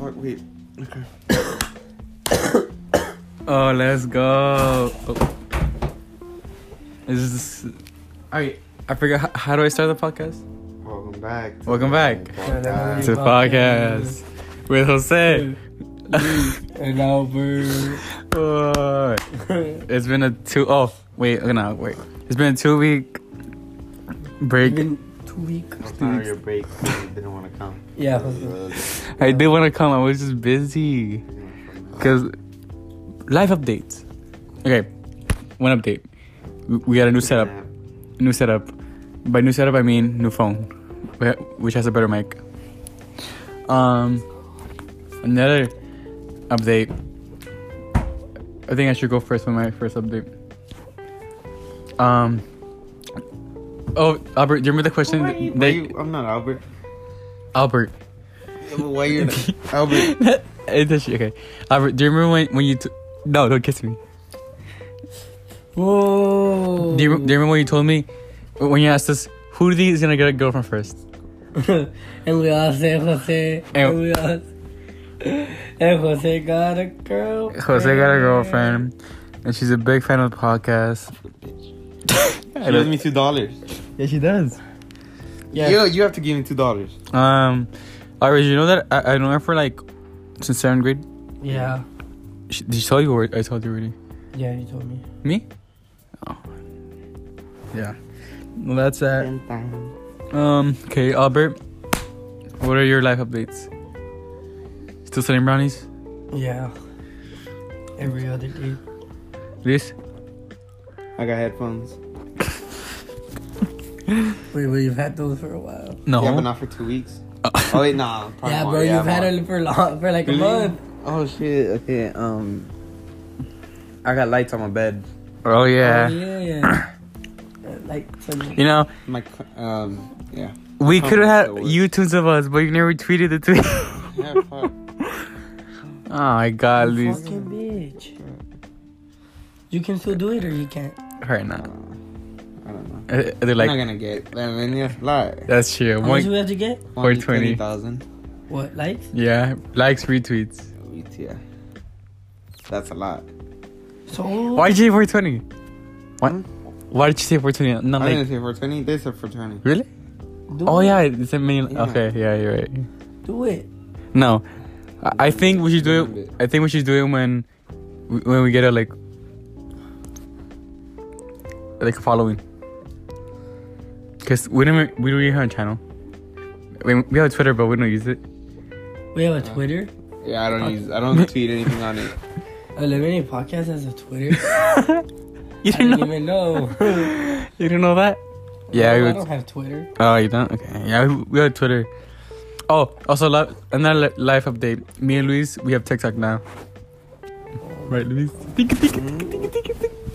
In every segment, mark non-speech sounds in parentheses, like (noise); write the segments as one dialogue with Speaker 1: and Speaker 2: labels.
Speaker 1: Okay. Okay.
Speaker 2: Oh, let's go. Oh. Is this,
Speaker 1: All right.
Speaker 2: I forgot how, how do I start the podcast?
Speaker 1: Welcome back. to
Speaker 2: Welcome
Speaker 1: the
Speaker 2: back.
Speaker 1: podcast.
Speaker 2: To the podcast with Jose.
Speaker 3: and Albert.
Speaker 2: Oh, (laughs) it's been a two. Oh, wait. okay, No, wait. It's been a two week break.
Speaker 3: Been two weeks.
Speaker 1: I'm
Speaker 3: Two
Speaker 1: sorry
Speaker 3: weeks.
Speaker 1: your break you didn't want to come.
Speaker 3: Yeah.
Speaker 1: Uh,
Speaker 2: I did want to come. I was just busy. Cause live updates. Okay, one update. We- We got a new setup. New setup. By new setup, I mean new phone, wh- which has a better mic. Um, another update. I think I should go first with my first update. Um. Oh, Albert, do you remember the question?
Speaker 1: Why
Speaker 2: that-
Speaker 1: you- I'm not Albert.
Speaker 2: Albert. (laughs)
Speaker 1: Why you're not Albert?
Speaker 2: It's actually- okay. Albert, do you remember when, when you. T- no, don't kiss me.
Speaker 3: Whoa.
Speaker 2: Do you, do you remember when you told me when you asked us who do you think is gonna get a girlfriend first?
Speaker 3: (laughs) and we all say Jose.
Speaker 2: And-
Speaker 3: And we all. And Jose got a girl.
Speaker 2: Jose got a girlfriend, and she's a big fan of the podcast.
Speaker 1: (laughs) She owes me two dollars.
Speaker 2: yeah, she does.
Speaker 3: Yeah.
Speaker 1: You, you have to give me two dollars.
Speaker 2: Um, Iris, you know that I, I know her for like since seventh grade.
Speaker 3: Yeah.
Speaker 2: She, did she tell you or I told you already?
Speaker 3: Yeah, you told me.
Speaker 2: Me? Oh. Yeah. Well, that's that.
Speaker 1: Ten
Speaker 2: Um. Okay, Albert. What are your life updates? Still selling brownies,
Speaker 3: Yeah. Every other day.
Speaker 2: Luis?
Speaker 1: I got headphones.
Speaker 3: Wait, well, you've had those for a while.
Speaker 2: No.
Speaker 1: Yeah, but not for two weeks. Oh wait, nah. probably
Speaker 3: (laughs) yeah,
Speaker 1: more.
Speaker 3: bro, you've
Speaker 1: more.
Speaker 3: had it for long, for like
Speaker 1: Really?
Speaker 3: a month.
Speaker 1: Oh shit. Okay. Um, I got lights on my bed.
Speaker 2: oh
Speaker 3: Oh,
Speaker 2: yeah.
Speaker 3: yeah, yeah.
Speaker 2: (clears throat)
Speaker 3: Uh, like some.
Speaker 2: You know,
Speaker 1: My c- um.
Speaker 2: (laughs)
Speaker 1: Yeah.
Speaker 2: we
Speaker 1: Oh,
Speaker 2: could
Speaker 1: that
Speaker 2: have had
Speaker 1: works.
Speaker 2: you tunes of us, but you never tweeted the tweet. (laughs) oh
Speaker 1: Yeah. Fuck.
Speaker 2: my god, Luis.
Speaker 3: Fucking bitch. You can still do it or you can't.
Speaker 2: Right now.
Speaker 1: I don't know.
Speaker 2: Uh, They're
Speaker 1: I'm
Speaker 2: like,
Speaker 1: not gonna get that many. That's a lot.
Speaker 2: that's true.
Speaker 3: How much
Speaker 2: One,
Speaker 3: do we have to get?
Speaker 2: 420.
Speaker 1: 20,000.
Speaker 3: What, likes?
Speaker 2: yeah, likes, retweets.
Speaker 1: Yeah. That's a lot.
Speaker 3: So.
Speaker 2: Why did you say 420? What? Why did you say 420? Not
Speaker 1: I didn't
Speaker 2: like,
Speaker 1: say 420. They said 420.
Speaker 2: really?
Speaker 3: Do
Speaker 2: Oh,
Speaker 3: it.
Speaker 2: yeah, it's a million.
Speaker 1: Yeah.
Speaker 2: Okay, yeah, you're right.
Speaker 3: Do it.
Speaker 2: No, I, I think we should do it. I think we should do it when when we get a like, like a following. Because we don't, we don't even have a channel. We, we have a Twitter, but we don't use it.
Speaker 3: We have a Twitter.
Speaker 1: Yeah, I don't use. I (laughs) don't tweet anything on it.
Speaker 3: Eliminate Podcast has a
Speaker 2: (laughs)
Speaker 3: Twitter.
Speaker 2: You
Speaker 3: I
Speaker 2: didn't
Speaker 3: didn't
Speaker 2: know?
Speaker 3: even know.
Speaker 2: You didn't know that? (laughs) Yeah,
Speaker 3: I
Speaker 2: we
Speaker 3: don't have Twitter.
Speaker 2: Oh, you don't? Okay. Yeah, we- we have Twitter. Oh, also li- another li- life update. Me and Luis, we have TikTok now. Right, Luis? Think, think, think, think, think.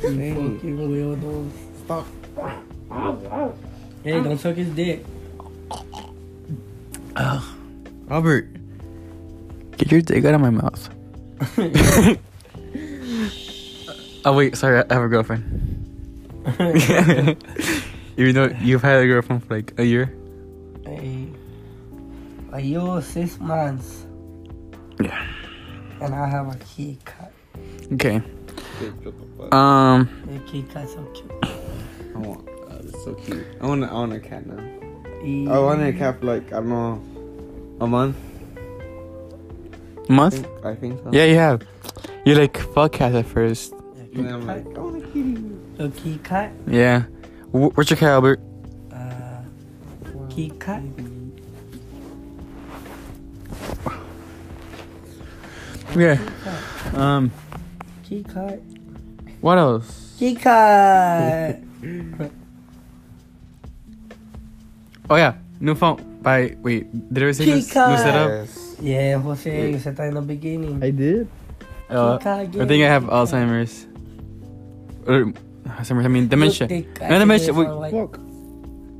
Speaker 3: You fucking weirdos. Stop. Hey, don't suck his
Speaker 2: (laughs)
Speaker 3: dick.
Speaker 2: Robert, get your dick out of my mouth. (laughs) oh wait, sorry, I have a girlfriend. (laughs) Even though you've had a girlfriend for like a year.
Speaker 3: hey. Are you six months?
Speaker 2: Yeah.
Speaker 3: And I have a key cut.
Speaker 2: Okay.
Speaker 1: I
Speaker 2: Um.
Speaker 3: The key cut's so cute.
Speaker 1: want. Uh, it's so cute. I want. I want a cat now.
Speaker 3: Hey.
Speaker 1: I wanted a cat for like I don't know, a month. I
Speaker 2: Month?
Speaker 1: think, I think so.
Speaker 2: Yeah, you have. You're like fuck cats at first.
Speaker 1: And then I'm like, I want a kitty.
Speaker 3: The key cut.
Speaker 2: Yeah. Wh- What's your cat, Albert?
Speaker 3: Uh, key cut.
Speaker 2: Yeah. Um.
Speaker 3: Key cut.
Speaker 2: What else?
Speaker 1: (laughs)
Speaker 3: Key cut.
Speaker 2: Oh yeah, new phone. By wait, did I say new, new
Speaker 3: Chica.
Speaker 2: setup?
Speaker 1: Yes.
Speaker 3: Yeah, Jose, you said that in the beginning.
Speaker 1: did.
Speaker 2: Uh, I think I have Alzheimer's. Or Alzheimer's. I mean dementia. No, dementia. wait,
Speaker 1: Walk.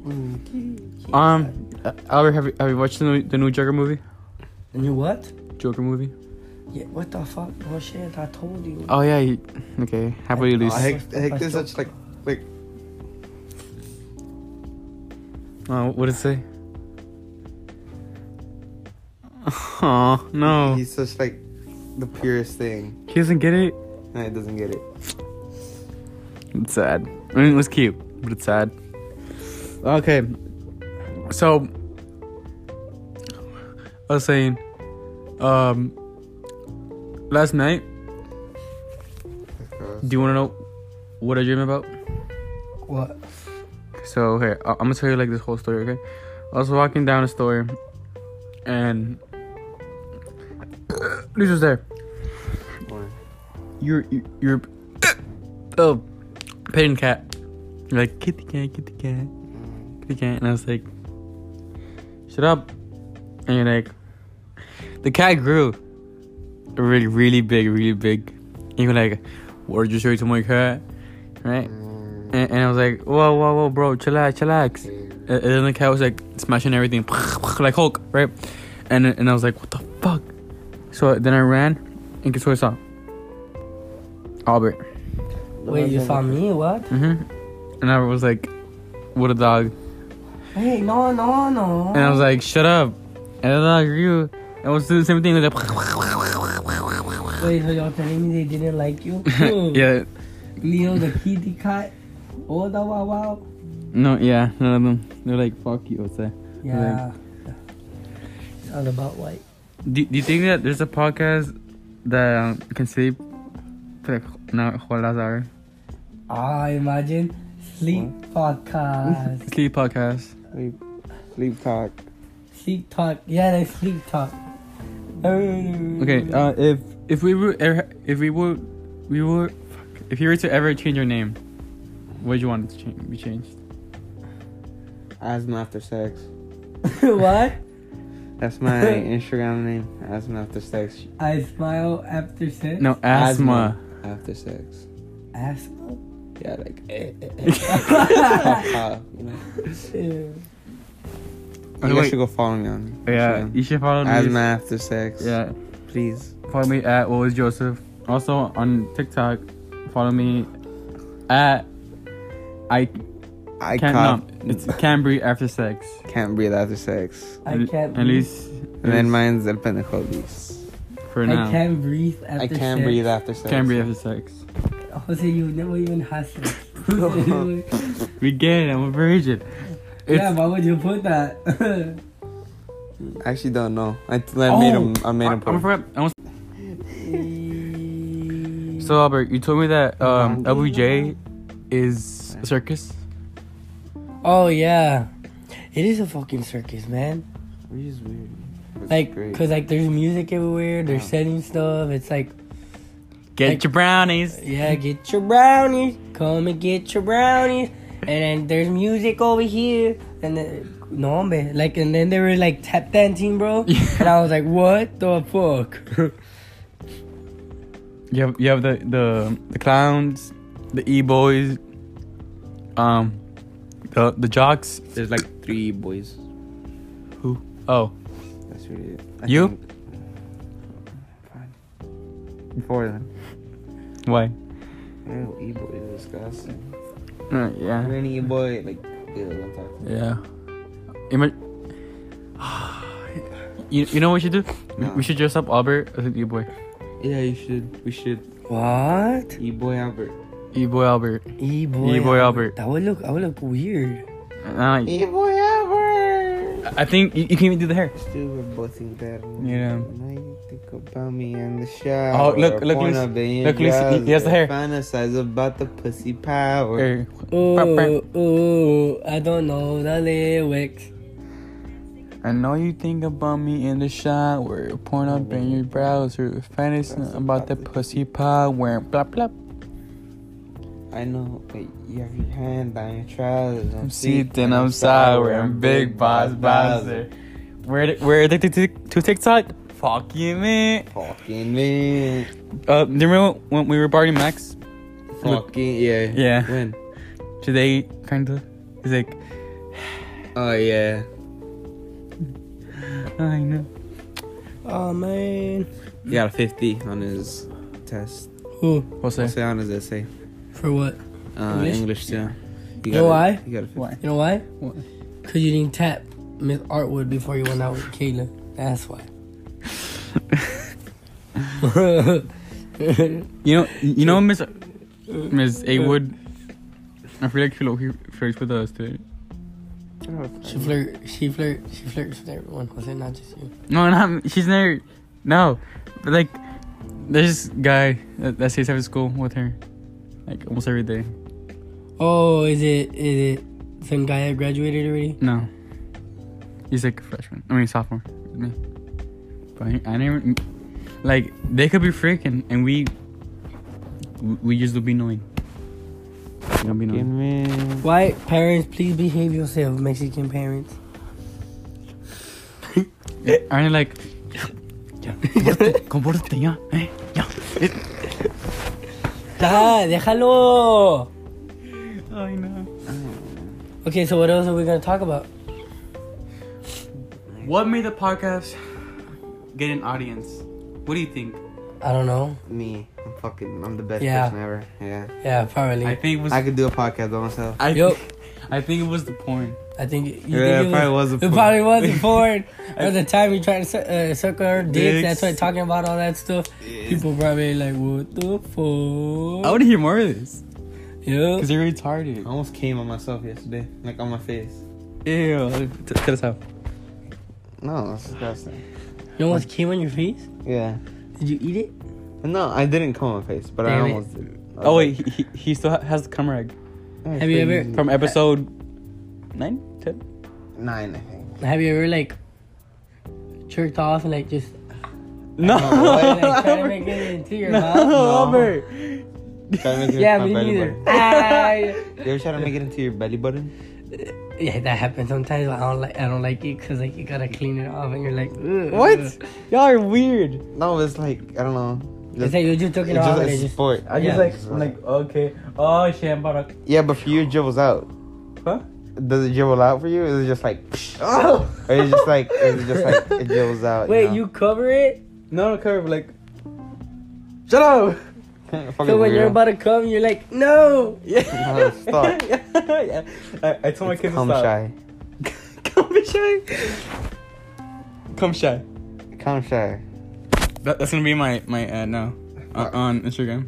Speaker 3: Mm,
Speaker 2: Um, uh, Albert, have you, have you watched the new, the new Joker movie?
Speaker 3: And you what?
Speaker 2: Joker movie?
Speaker 3: Yeah, what the fuck? Oh shit, I told you.
Speaker 2: Oh yeah. You, okay. How about you,
Speaker 1: Oh,
Speaker 2: Luis?
Speaker 1: heck, heck, there's such like like.
Speaker 2: Uh, what did it say? Oh no,
Speaker 1: He's such like the purest thing.
Speaker 2: he doesn't get it.
Speaker 1: No, he doesn't get it.
Speaker 2: It's sad. I mean, it was cute, but it's sad. Okay, so I was saying, um, last night.
Speaker 1: Because-
Speaker 2: Do you want to know what I dream about?
Speaker 3: What?
Speaker 2: So okay, I- I'm gonna tell you like this whole story. Okay, I was walking down a store, and (coughs) this was there.
Speaker 1: Why?
Speaker 2: You're you're, you're (coughs) oh, petting cat. You're like kitty cat, kitty cat, kitty cat, and I was like, shut up. And you're like, the cat grew really really big, really big. And you're like, what did you say to my cat? Right?
Speaker 1: Mm,
Speaker 2: And, and I was like, whoa, whoa, whoa, bro, chillax, chillax.
Speaker 1: mm.
Speaker 2: And and then the cat was like smashing everything, (laughs) like Hulk, right? And and I was like, what the fuck? So then I ran, and guess what I saw? Albert.
Speaker 3: Wait, you saw me? What?
Speaker 2: hmm And I was like, what a dog.
Speaker 3: Hey, no, no, no.
Speaker 2: And I was like, shut up. And the dog grew. And I was doing the same thing. Like, (laughs)
Speaker 3: Wait, so you're telling me they didn't like you?
Speaker 2: (laughs) yeah,
Speaker 3: Leo, the kitty cat. Oh, the wow wow.
Speaker 2: no, yeah, none of them. They're like, fuck you, what's that?
Speaker 3: Yeah. It's all about white.
Speaker 2: Do, do you think that there's a podcast that um, can sleep for like not a whole last hour?
Speaker 3: Ah, imagine sleep podcast.
Speaker 2: (laughs) Sleep podcast.
Speaker 1: Sleep, sleep talk.
Speaker 3: sleep talk. Yeah, they sleep talk.
Speaker 2: Okay,
Speaker 3: Okay.
Speaker 2: uh, if if we were er- if we were we were fuck, if you were to ever change your name, what would you want it to change, be changed?
Speaker 1: Asthma after sex.
Speaker 3: (laughs) what?
Speaker 1: That's my
Speaker 3: (laughs)
Speaker 1: Instagram name. Asthma after sex.
Speaker 3: I smile after sex.
Speaker 2: No, asthma.
Speaker 1: After sex.
Speaker 2: (laughs)
Speaker 3: Asthma.
Speaker 1: Yeah,
Speaker 3: (laughs)
Speaker 1: like.
Speaker 3: Eh, eh,
Speaker 1: ha,
Speaker 3: eh.
Speaker 1: ha, you know.
Speaker 3: Ew.
Speaker 2: Oh,
Speaker 1: You guys
Speaker 2: wait.
Speaker 1: should go follow me on.
Speaker 2: Yeah,
Speaker 1: Instagram.
Speaker 2: you should follow me.
Speaker 1: Asthma after sex.
Speaker 2: Yeah,
Speaker 1: Please.
Speaker 2: follow me at what was Joseph. Also on TikTok, follow me at I
Speaker 1: I
Speaker 2: can't.
Speaker 1: can't.
Speaker 2: No, it's Cambry after sex.
Speaker 1: Can't breathe after sex.
Speaker 3: I
Speaker 2: At-
Speaker 3: can't.
Speaker 2: At least.
Speaker 1: And then mine's El Pendejo Luis.
Speaker 2: for
Speaker 3: I
Speaker 2: now.
Speaker 3: can't breathe after
Speaker 1: I
Speaker 3: sex.
Speaker 1: can't breathe after sex.
Speaker 2: Can't breathe after sex.
Speaker 3: Jose, you never even
Speaker 2: (laughs)
Speaker 3: had sex. yeah,
Speaker 2: We get it. I'm a virgin. It's,
Speaker 3: why would you put that? (laughs)
Speaker 1: I actually don't know. I, I made him. I made him.
Speaker 2: Oh, I, am
Speaker 1: put-
Speaker 2: forgot. I was, (laughs) so Albert, you told me that um, LBJ is a circus.
Speaker 3: oh yeah, it is a fucking circus, man.
Speaker 1: Which is weird. It's
Speaker 3: Like,
Speaker 1: great.
Speaker 3: cause like there's music everywhere. They're
Speaker 1: Yeah.
Speaker 3: setting stuff. It's like,
Speaker 2: Get
Speaker 3: Like-
Speaker 2: your brownies.
Speaker 3: yeah, get your brownies. Come and get your brownies. And then there's music over here. And then, no man, like, and then they were like tap dancing,
Speaker 2: (laughs)
Speaker 3: bro.
Speaker 2: Yeah.
Speaker 3: And I was like, what the fuck?
Speaker 2: You have you have the the, the clowns, the e boys, um, the the jocks.
Speaker 1: there's like three boys.
Speaker 2: Who? Oh,
Speaker 1: That's really it. I
Speaker 2: You?
Speaker 1: think- Four of them.
Speaker 2: why?
Speaker 1: Oh, e-boy is disgusting.
Speaker 2: Uh,
Speaker 1: I'm
Speaker 2: yeah.
Speaker 1: an e-boy. Like, ew, don't talk to me.
Speaker 2: Yeah. Ima- (sighs) you you know what we should do? We-
Speaker 1: No.
Speaker 2: We should dress up Albert as an e boy.
Speaker 1: Yeah, you should. We should.
Speaker 3: what?
Speaker 1: E-boy Albert.
Speaker 2: E boy Albert.
Speaker 3: E boy.
Speaker 2: E-boy Albert.
Speaker 3: That would look. I would look weird.
Speaker 2: Uh,
Speaker 1: E-boy Albert!
Speaker 2: I think you, you can even do the hair.
Speaker 1: Still, we're both in bed.
Speaker 2: Yeah.
Speaker 1: Now you think about me in the shower.
Speaker 2: Oh, look, look,
Speaker 1: Porn
Speaker 2: Luis-
Speaker 1: of being
Speaker 2: look, Luis, he- he has the
Speaker 1: jealous,
Speaker 2: hair.
Speaker 1: Fantasize about the pussy power.
Speaker 2: Or-
Speaker 3: Oh, oh, I don't know the lyrics.
Speaker 2: I know you think about me in the shower, porn up in your browser, fantasy about the pussy power, blah blah.
Speaker 1: I know. Wait, you have your hand down your trousers.
Speaker 2: I'm sitting, I'm sour, I'm big boss Bowser. Where where addicted to, to TikTok? Fuck you, man.
Speaker 1: Fucking man.
Speaker 2: Uh, do you remember when we were partying Max Look.
Speaker 1: Fucking yeah.
Speaker 2: Yeah.
Speaker 1: When?
Speaker 2: today? Kind of. He's like,
Speaker 1: Oh yeah.
Speaker 2: "Ah, I know.
Speaker 3: Oh man.
Speaker 1: He got a 50 on his test.
Speaker 3: Who?
Speaker 2: What's
Speaker 1: I'll
Speaker 2: that?
Speaker 1: say on his essay.
Speaker 3: For what?
Speaker 1: Uh,
Speaker 3: English?
Speaker 1: English? too. You
Speaker 3: know why?
Speaker 1: You got a 50.
Speaker 2: Why?
Speaker 3: You know why?
Speaker 2: What? (laughs)
Speaker 3: Cause you didn't tap Miss Artwood before you went out with Kayla. That's why.
Speaker 2: You know, you know, Miss Miss A Wood. I feel like she low key flirts with us today.
Speaker 3: she flirt. She flirt. She flirts with everyone. Was it not just you?
Speaker 2: No, not she's never. No, but like there's this guy that, that stays after school with her, like almost every day.
Speaker 3: Oh, is it? Is it some guy that graduated already?
Speaker 2: No, he's like a freshman. I mean sophomore. with Me, but I, I never. Like they could be freaking, and we we just do be annoying. We don't be annoying.
Speaker 3: Why parents, please behave yourself, Mexican parents.
Speaker 2: Eh, Aren't they like? Ya, (laughs) compórtate, compórtate ya, eh, ya.
Speaker 3: Ah, déjalo.
Speaker 2: I know.
Speaker 3: Okay, so what else are we gonna talk about?
Speaker 2: What made the podcast get an audience? What do you think?
Speaker 3: I don't know.
Speaker 1: Me, I'm fucking, I'm the best
Speaker 3: Yeah.
Speaker 1: person ever. Yeah,
Speaker 3: Yeah, probably.
Speaker 2: I think it was.
Speaker 1: I could do a podcast by myself.
Speaker 2: I,
Speaker 3: Yup.
Speaker 2: I think it was the porn.
Speaker 3: I think you
Speaker 1: Yeah,
Speaker 3: think
Speaker 1: it probably was a
Speaker 3: it
Speaker 1: porn.
Speaker 3: probably was a porn.
Speaker 2: I-
Speaker 3: At the time you trying to su- uh, suck her dick,
Speaker 2: Dicks.
Speaker 3: that's why talking about all that stuff. People probably like, what the fuck?
Speaker 2: I want to hear more of this
Speaker 3: yeah.
Speaker 2: because you're
Speaker 1: I
Speaker 2: retarded.
Speaker 1: almost came on myself yesterday, like on my face.
Speaker 2: Ew. T- Tell us how.
Speaker 1: No, that's disgusting.
Speaker 3: You almost came on your face.
Speaker 1: Yeah.
Speaker 3: Did you eat it?
Speaker 1: No, I didn't come on my face, but
Speaker 3: Damn
Speaker 1: I
Speaker 3: it.
Speaker 1: almost did.
Speaker 2: Oh wait, he, he, he still ha- has the cum rag
Speaker 1: Have
Speaker 3: you ever-
Speaker 2: from episode nine, ten.
Speaker 1: Nine, I think.
Speaker 3: Have you ever like jerked off and like just
Speaker 2: No, (laughs)
Speaker 3: like, trying to make it into your mouth?
Speaker 2: Albert.
Speaker 1: (laughs) Try to make it
Speaker 3: Yeah,
Speaker 1: into
Speaker 3: me
Speaker 1: my belly
Speaker 3: neither.
Speaker 1: button.
Speaker 3: Ah,
Speaker 1: You ever try to make it into your belly button?
Speaker 3: (laughs) Yeah, that happens sometimes. I don't like I don't like it because like you gotta clean it off and you're like Ugh.
Speaker 2: What? Y'all are weird.
Speaker 1: No, it's like I don't know.
Speaker 3: It's like you just took it,
Speaker 1: it's
Speaker 3: off
Speaker 1: just
Speaker 3: and
Speaker 1: a
Speaker 3: it just
Speaker 1: sport.
Speaker 2: I
Speaker 3: just
Speaker 2: just like I'm like okay. Oh shit, I'm about to.
Speaker 1: yeah, but for you, it dribbles out.
Speaker 2: Huh? (laughs)
Speaker 1: Does it dribble out for you? Is it just like?
Speaker 2: Oh.
Speaker 1: Or is it just like? Is it just like it dribbles out?
Speaker 3: wait.
Speaker 1: know?
Speaker 3: You cover it
Speaker 2: No, no, curve like. Shut up.
Speaker 1: (laughs) Fucking
Speaker 3: so when you're
Speaker 1: weirdo.
Speaker 3: about to come, you're like no.
Speaker 2: Yeah.
Speaker 1: No,
Speaker 2: (laughs)
Speaker 1: stop.
Speaker 2: yeah. I, I told my kids
Speaker 1: Cum
Speaker 2: to stop.
Speaker 1: shy.
Speaker 2: (laughs) Come shy. Come shy.
Speaker 1: Cum shy.
Speaker 2: That, that's gonna be my my ad now uh, on Instagram.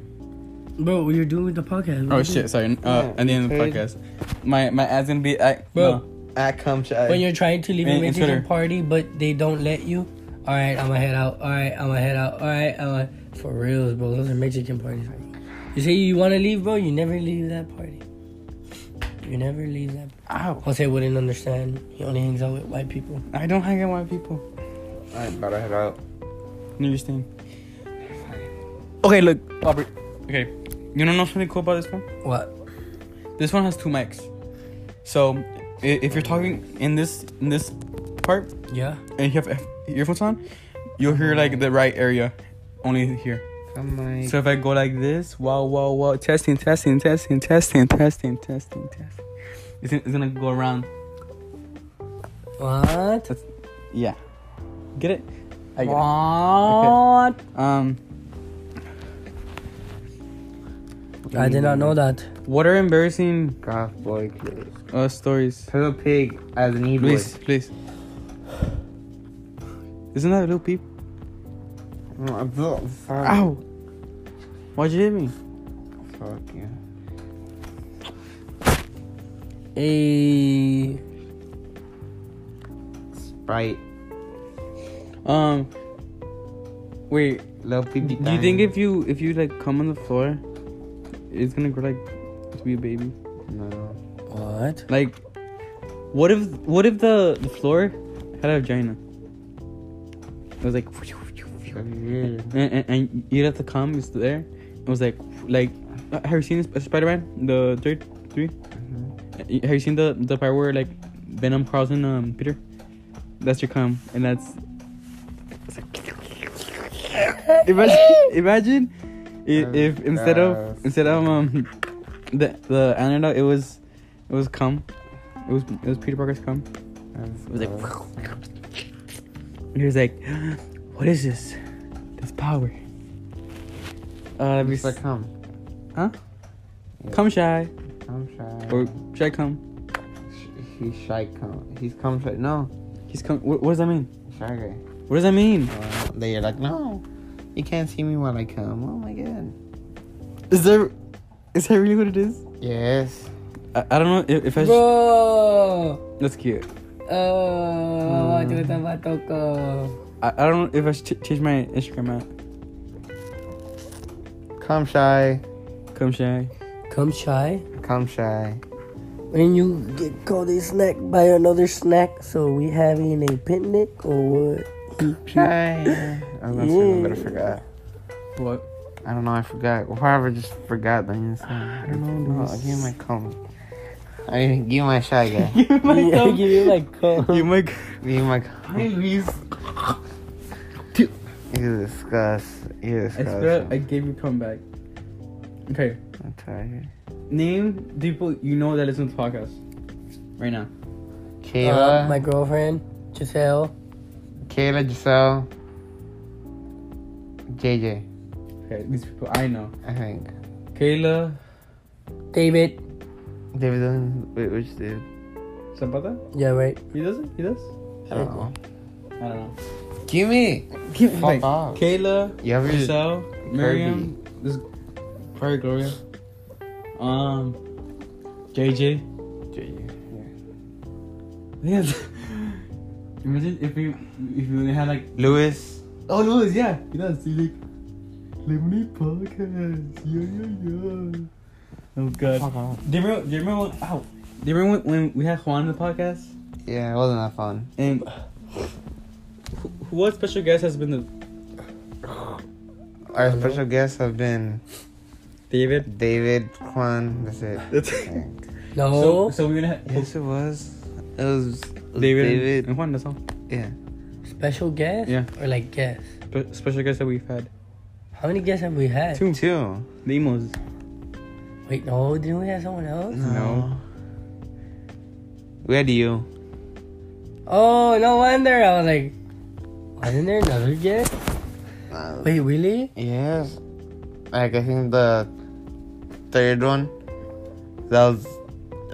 Speaker 3: Bro, what you're doing with the podcast?
Speaker 2: Oh shit! Sorry. Uh,
Speaker 1: Yeah,
Speaker 2: at the end of the
Speaker 1: okay.
Speaker 2: podcast, my my ad's gonna be I,
Speaker 3: Bro.
Speaker 2: no.
Speaker 1: At Ah, cum shy.
Speaker 3: When you're trying to leave a
Speaker 2: And- and
Speaker 3: Mexican
Speaker 2: Twitter.
Speaker 3: party, but they don't let you. All right, I'ma head out. All right, I'ma head out. All right, I'ma for reals, bro. Those are Mexican parties. Bro. You say you want to leave, bro. You never leave that party. You never leave that.
Speaker 2: Ow!
Speaker 3: Jose wouldn't understand. He only hangs out with white people.
Speaker 2: I don't hang out with people.
Speaker 1: I about to head out.
Speaker 2: You understand? Okay, look, Aubrey. Okay, you don't know something cool about this one?
Speaker 3: What?
Speaker 2: This one has two mics, so i- if you're talking in this in this part
Speaker 3: Yeah.
Speaker 2: and you have ear- earphones on, you'll hear like the right area, only here.
Speaker 1: Come on.
Speaker 2: So if I go like this, wow, wow, wow, testing, testing, testing, testing, testing, testing, testing, it's gonna, it's gonna go around.
Speaker 3: What?
Speaker 2: Yeah. Get it? I get it.
Speaker 3: What?
Speaker 2: Um,
Speaker 3: I did not know that.
Speaker 2: what are embarrassing
Speaker 1: Goth boy, please.
Speaker 2: uh, stories?
Speaker 1: Peppa Pig as an e-boy.
Speaker 2: Please, please. Isn't that a little peep?
Speaker 1: No, I'm so sorry.
Speaker 2: Ow! Why'd you hit me?
Speaker 1: Fuck yeah.
Speaker 3: Hey.
Speaker 1: Sprite.
Speaker 2: Um, wait.
Speaker 1: Little peepee
Speaker 2: Do you think if you if you like come on the floor, it's gonna grow like to be a baby?
Speaker 1: No.
Speaker 3: What?
Speaker 2: Like, what if what if the the floor had a vagina? It was like, (laughs)
Speaker 1: That'd be weird.
Speaker 2: and, and, and you'd have to come. It's there. It was like like. uh, Have you seen Spider Man the third three? Have you seen the the part where like Venom crawls in um Peter? That's your cum, and that's. it's like- (laughs) imagine imagine i- if
Speaker 1: Yes.
Speaker 2: instead of instead of um the the antidote it was it was cum. It was it was Peter Parker's cum.
Speaker 1: That's
Speaker 2: It was
Speaker 1: gross.
Speaker 2: like he was like, (gasps) "What is this? This power?" Uh, let me
Speaker 1: It's like come.
Speaker 2: huh? Come shy
Speaker 1: Come shy.
Speaker 2: or shy come?
Speaker 1: Sh- he's shy. Come. He's come shy. No.
Speaker 2: He's come. What, what does that mean?
Speaker 1: Shy guy.
Speaker 2: What does that mean?
Speaker 1: Uh, they're like, no, you can't see me while I come. Oh my god. Is there?
Speaker 2: Is that really what it is?
Speaker 1: Yes.
Speaker 2: I, I don't know if, if I. Sh-
Speaker 3: Bro!
Speaker 2: that's cute.
Speaker 3: Oh, ayuda vato ko.
Speaker 2: I, I don't know if I should ch- change my Instagram out.
Speaker 1: Come shy.
Speaker 2: Come shy.
Speaker 3: Come shy.
Speaker 1: Come shy.
Speaker 3: And you get called a snack by another snack, so we having a picnic or what?
Speaker 1: (laughs) Shy. I was gonna say, but I forgot.
Speaker 2: (laughs) What?
Speaker 1: I don't know. I forgot. Well, However, just forgot the answer. I don't know. I'll give you my cum. I mean, give you my shy (laughs) guy.
Speaker 3: Yeah, give me my cum.
Speaker 2: (laughs) You might.
Speaker 1: give you my cum.
Speaker 2: Hey, Luis.
Speaker 1: You disgust. You
Speaker 2: I
Speaker 1: disgust.
Speaker 2: swear I gave you comeback. Okay.
Speaker 1: I'm tired.
Speaker 2: Name people you know that listen to podcasts right now.
Speaker 1: Kayla.
Speaker 3: Uh, my girlfriend, Giselle.
Speaker 1: Kayla, Giselle. JJ.
Speaker 2: Okay, these people I know.
Speaker 1: I think.
Speaker 2: Kayla
Speaker 3: David.
Speaker 1: David. Dunn- Wait, which dude?
Speaker 2: Zapata?
Speaker 3: Yeah, right. Uh,
Speaker 2: He does it? He does?
Speaker 1: I don't know.
Speaker 2: I don't know.
Speaker 3: (laughs)
Speaker 1: Give me.
Speaker 2: Give
Speaker 1: Fuck off.
Speaker 2: Kayla,
Speaker 1: You have your
Speaker 2: Giselle, Miriam, this probably Gloria. Um JJ.
Speaker 1: JJ.
Speaker 2: Yes. Imagine if you if you only had like
Speaker 1: Lewis.
Speaker 2: Oh Louis, yeah, he does. He's like Lemonade Podcast. Yeah yeah yeah. Oh god.
Speaker 1: Fuck off.
Speaker 2: Do you remember? Do you remember? When, ow. Do you remember when, when we had Juan on the podcast?
Speaker 1: Yeah, it wasn't that fun.
Speaker 2: And who, who- what special guest has been the
Speaker 1: Our special guests have been
Speaker 2: David?
Speaker 1: David, Juan. That's it.
Speaker 2: (laughs) That's Oh.
Speaker 3: No.
Speaker 2: so, so we're gonna have
Speaker 1: Yes, it was. It was
Speaker 2: David,
Speaker 1: David.
Speaker 2: and Juan. That's all.
Speaker 1: Yeah.
Speaker 3: special guest?
Speaker 2: Yeah.
Speaker 3: Or like guest?
Speaker 2: Spe- special guests that we've had.
Speaker 3: How many guests have we had?
Speaker 2: Two.
Speaker 1: Two.
Speaker 2: The emos.
Speaker 3: Wait, no, didn't we have someone else?
Speaker 2: No.
Speaker 1: Where do you?
Speaker 3: Oh, no wonder. I was like, wasn't there another guest?
Speaker 1: Uh,
Speaker 3: Wait, really?
Speaker 1: Yes. Like I think the third one. That was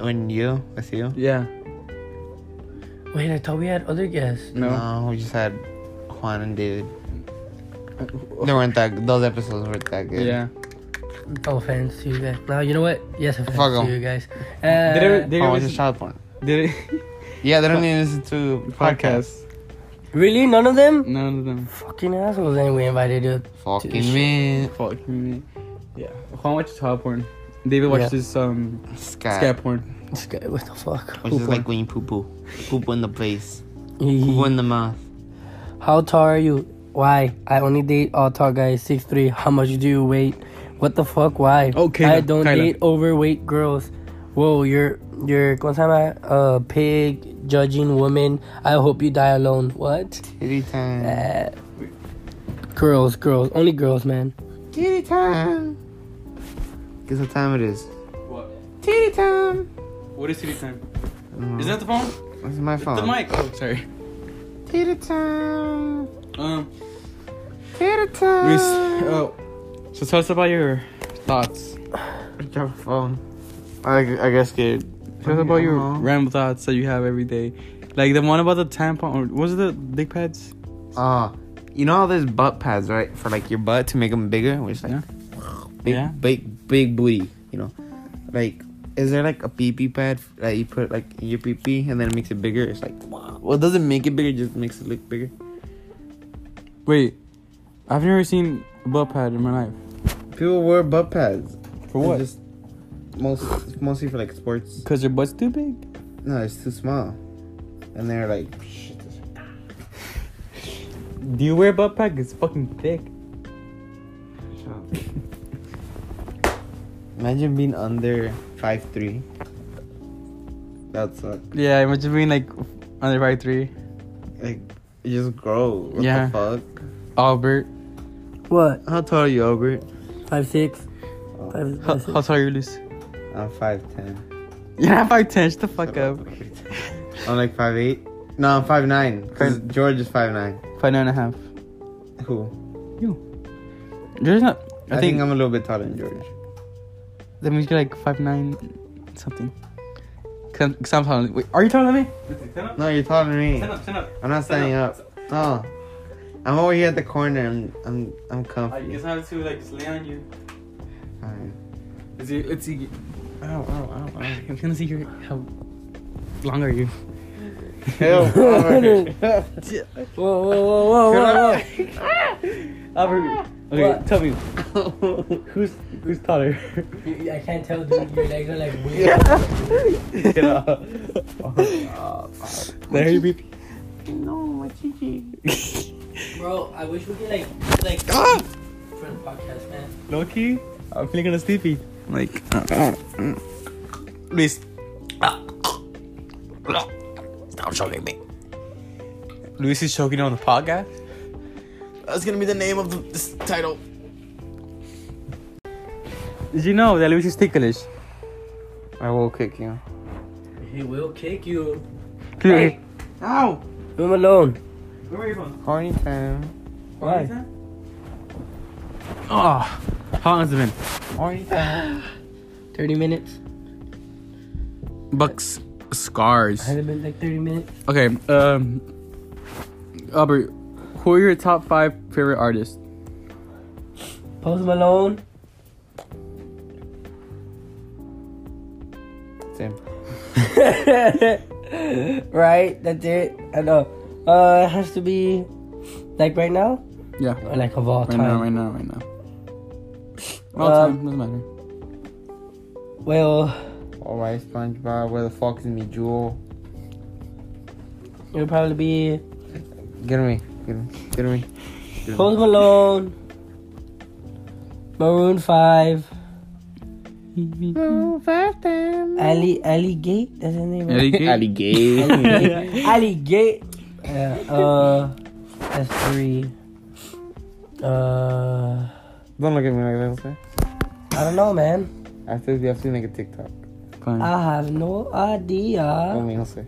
Speaker 1: when you with you.
Speaker 2: Yeah.
Speaker 3: Wait, I thought we had other guests.
Speaker 2: No.
Speaker 1: we just had Juan and David. They weren't that. Those episodes weren't that good.
Speaker 2: Uh,
Speaker 1: Oh,
Speaker 2: Yeah.
Speaker 3: No offense to you guys. No, you know what? Yes, offense
Speaker 1: Fuck 'em.
Speaker 3: to you guys.
Speaker 2: Did
Speaker 3: Uh,
Speaker 2: it, did it,
Speaker 1: Juan was
Speaker 2: listen-
Speaker 1: just child porn.
Speaker 2: did it
Speaker 1: Yeah, they don't even listen to podcasts.
Speaker 2: (laughs) podcast?
Speaker 3: really? None of them?
Speaker 2: None of them.
Speaker 3: Fucking assholes. And we invited you.
Speaker 1: Fucking me.
Speaker 2: Fuck me. Yeah. Juan watches child porn. David watches um
Speaker 1: Scat.
Speaker 2: scat porn.
Speaker 3: This guy, what the fuck?
Speaker 1: Which is
Speaker 2: porn.
Speaker 1: like when you poo
Speaker 2: (laughs)
Speaker 1: poo. Poo poo in the place. Poo poo in the mouth.
Speaker 3: How tall are you? Why? I only date all tall guys, Six three. How much do you weight? What the fuck? Why?
Speaker 2: Oh, Kayla,
Speaker 3: I don't
Speaker 2: Kayla.
Speaker 3: date overweight girls. Whoa, you're you're ¿cómo se llama? Uh, pig judging woman. I hope you die alone. What?
Speaker 1: Kitty time.
Speaker 3: Uh, girls, girls, only girls, man.
Speaker 1: Kitty time. Guess what time it is?
Speaker 2: What?
Speaker 1: Titty time.
Speaker 2: What is TV time?
Speaker 1: Mm.
Speaker 2: Is that the phone?
Speaker 1: This is my phone.
Speaker 2: The mic. Oh, sorry.
Speaker 1: Titty time.
Speaker 2: Um,
Speaker 1: Titty time.
Speaker 2: Luis, uh, so tell us about your thoughts.
Speaker 1: Drop a phone. I, I got scared.
Speaker 2: Tell us about your ramble Uh-huh. thoughts that you have every day. Like the one about the tampon, or was it the dick pads?
Speaker 1: Uh, you know how there's butt pads, right? For like your butt to make them bigger, which like
Speaker 2: Yeah.
Speaker 1: big,
Speaker 2: Yeah.
Speaker 1: big, big booty. You know, like is there like a pee pee pad that you put like in your pee pee and then it makes it bigger? It's like wow. Well, it doesn't make it bigger, it just makes it look bigger.
Speaker 2: Wait, I've never seen a butt pad in my life.
Speaker 1: People wear butt pads.
Speaker 2: For
Speaker 1: It's
Speaker 2: what?
Speaker 1: Just most mostly for like sports.
Speaker 2: Cause your butt's too big.
Speaker 1: No, it's too small, and they're like, shit, this is-
Speaker 2: Do you wear a butt pad? It's fucking thick.
Speaker 1: Imagine being under five three. That's like,
Speaker 2: Yeah, imagine being like under five three.
Speaker 1: like you just grow. What
Speaker 2: Yeah.
Speaker 1: the fuck?
Speaker 2: Albert,
Speaker 3: What?
Speaker 1: How tall are you, Albert?
Speaker 3: Five six. Five,
Speaker 2: how,
Speaker 3: five,
Speaker 2: how
Speaker 3: six.
Speaker 2: tall are you, Luis?
Speaker 1: I'm Uh, five ten.
Speaker 2: You're not five ten. Shut the fuck up.
Speaker 1: I'm like five eight. No, I'm five nine. Cause George is five nine.
Speaker 2: Five nine and a half.
Speaker 1: Who?
Speaker 2: There's not.
Speaker 1: I, think, I'm a little bit taller than George.
Speaker 2: That means you're like five nine, something. Cause I'm, cause I'm taller. Wait, are you taller than me? Stand up.
Speaker 1: No, you're taller than me.
Speaker 2: Stand up. Stand up.
Speaker 1: I'm not standing up. No, I'm over here at the corner. I'm I'm I'm
Speaker 2: I
Speaker 1: comfy.
Speaker 2: guess I have to like lay on you.
Speaker 1: Alright.
Speaker 2: Let's see. Let's see. Ow, ow, ow, ow. I'm gonna see your how long are you?
Speaker 1: (laughs) Hell,
Speaker 3: Whoa, whoa, whoa, whoa, whoa, (laughs)
Speaker 2: Albert. Okay,
Speaker 3: What?
Speaker 2: tell
Speaker 3: (laughs)
Speaker 2: me
Speaker 1: Albert.
Speaker 2: who's who's taller?
Speaker 3: whoa. You- I can't tell, dude. Your legs are like weird.
Speaker 2: (laughs) Get (laughs) Oh, out. There you be.
Speaker 1: no, my chichi.
Speaker 2: (laughs)
Speaker 3: Bro, I wish we could, like, like,
Speaker 1: Ah!
Speaker 3: for the podcast, man.
Speaker 2: Loki, I'm feeling kind of sleepy. Like,
Speaker 1: uh,
Speaker 2: Luis. Stop choking me. Luis is choking on the podcast.
Speaker 1: That's gonna be the name of the, this title.
Speaker 2: Did you know that Luis is ticklish?
Speaker 1: I will kick you.
Speaker 3: He will kick you.
Speaker 2: Hey.
Speaker 1: Ow!
Speaker 3: Leave him alone.
Speaker 2: Where are you from?
Speaker 1: Horny time.
Speaker 3: Why?
Speaker 1: Ah.
Speaker 2: Oh, how long has it been?
Speaker 1: Horny time.
Speaker 3: 30 minutes?
Speaker 2: Bucks scars.
Speaker 3: Has it been like 30 minutes?
Speaker 2: Okay, um, Albert, who are your top five favorite artists?
Speaker 3: Post Malone?
Speaker 1: Same.
Speaker 3: (laughs) right? That's it? I know. Uh, it has to be, like, right now?
Speaker 2: Yeah,
Speaker 3: Or, like, of all
Speaker 2: right
Speaker 3: time?
Speaker 2: now, right now, right now. All
Speaker 3: Um,
Speaker 2: time doesn't (laughs) matter.
Speaker 3: Well,
Speaker 1: Alright, Oh, SpongeBob. Where the fuck is me, Jewel?
Speaker 3: it'll probably be
Speaker 1: Get me. Get me. Get me.
Speaker 3: Post Malone, Maroon 5,
Speaker 1: Mm-hmm. Oh,
Speaker 3: Ali Alligate, that's his name. right?
Speaker 1: Alligator.
Speaker 3: Alligate. Yeah, uh, that's three. Uh,
Speaker 1: (laughs) Don't look at me like that, okay?
Speaker 3: I don't know, man.
Speaker 1: I still have to make a TikTok.
Speaker 2: Fine.
Speaker 3: I have no
Speaker 1: Let
Speaker 3: idea.
Speaker 1: me also.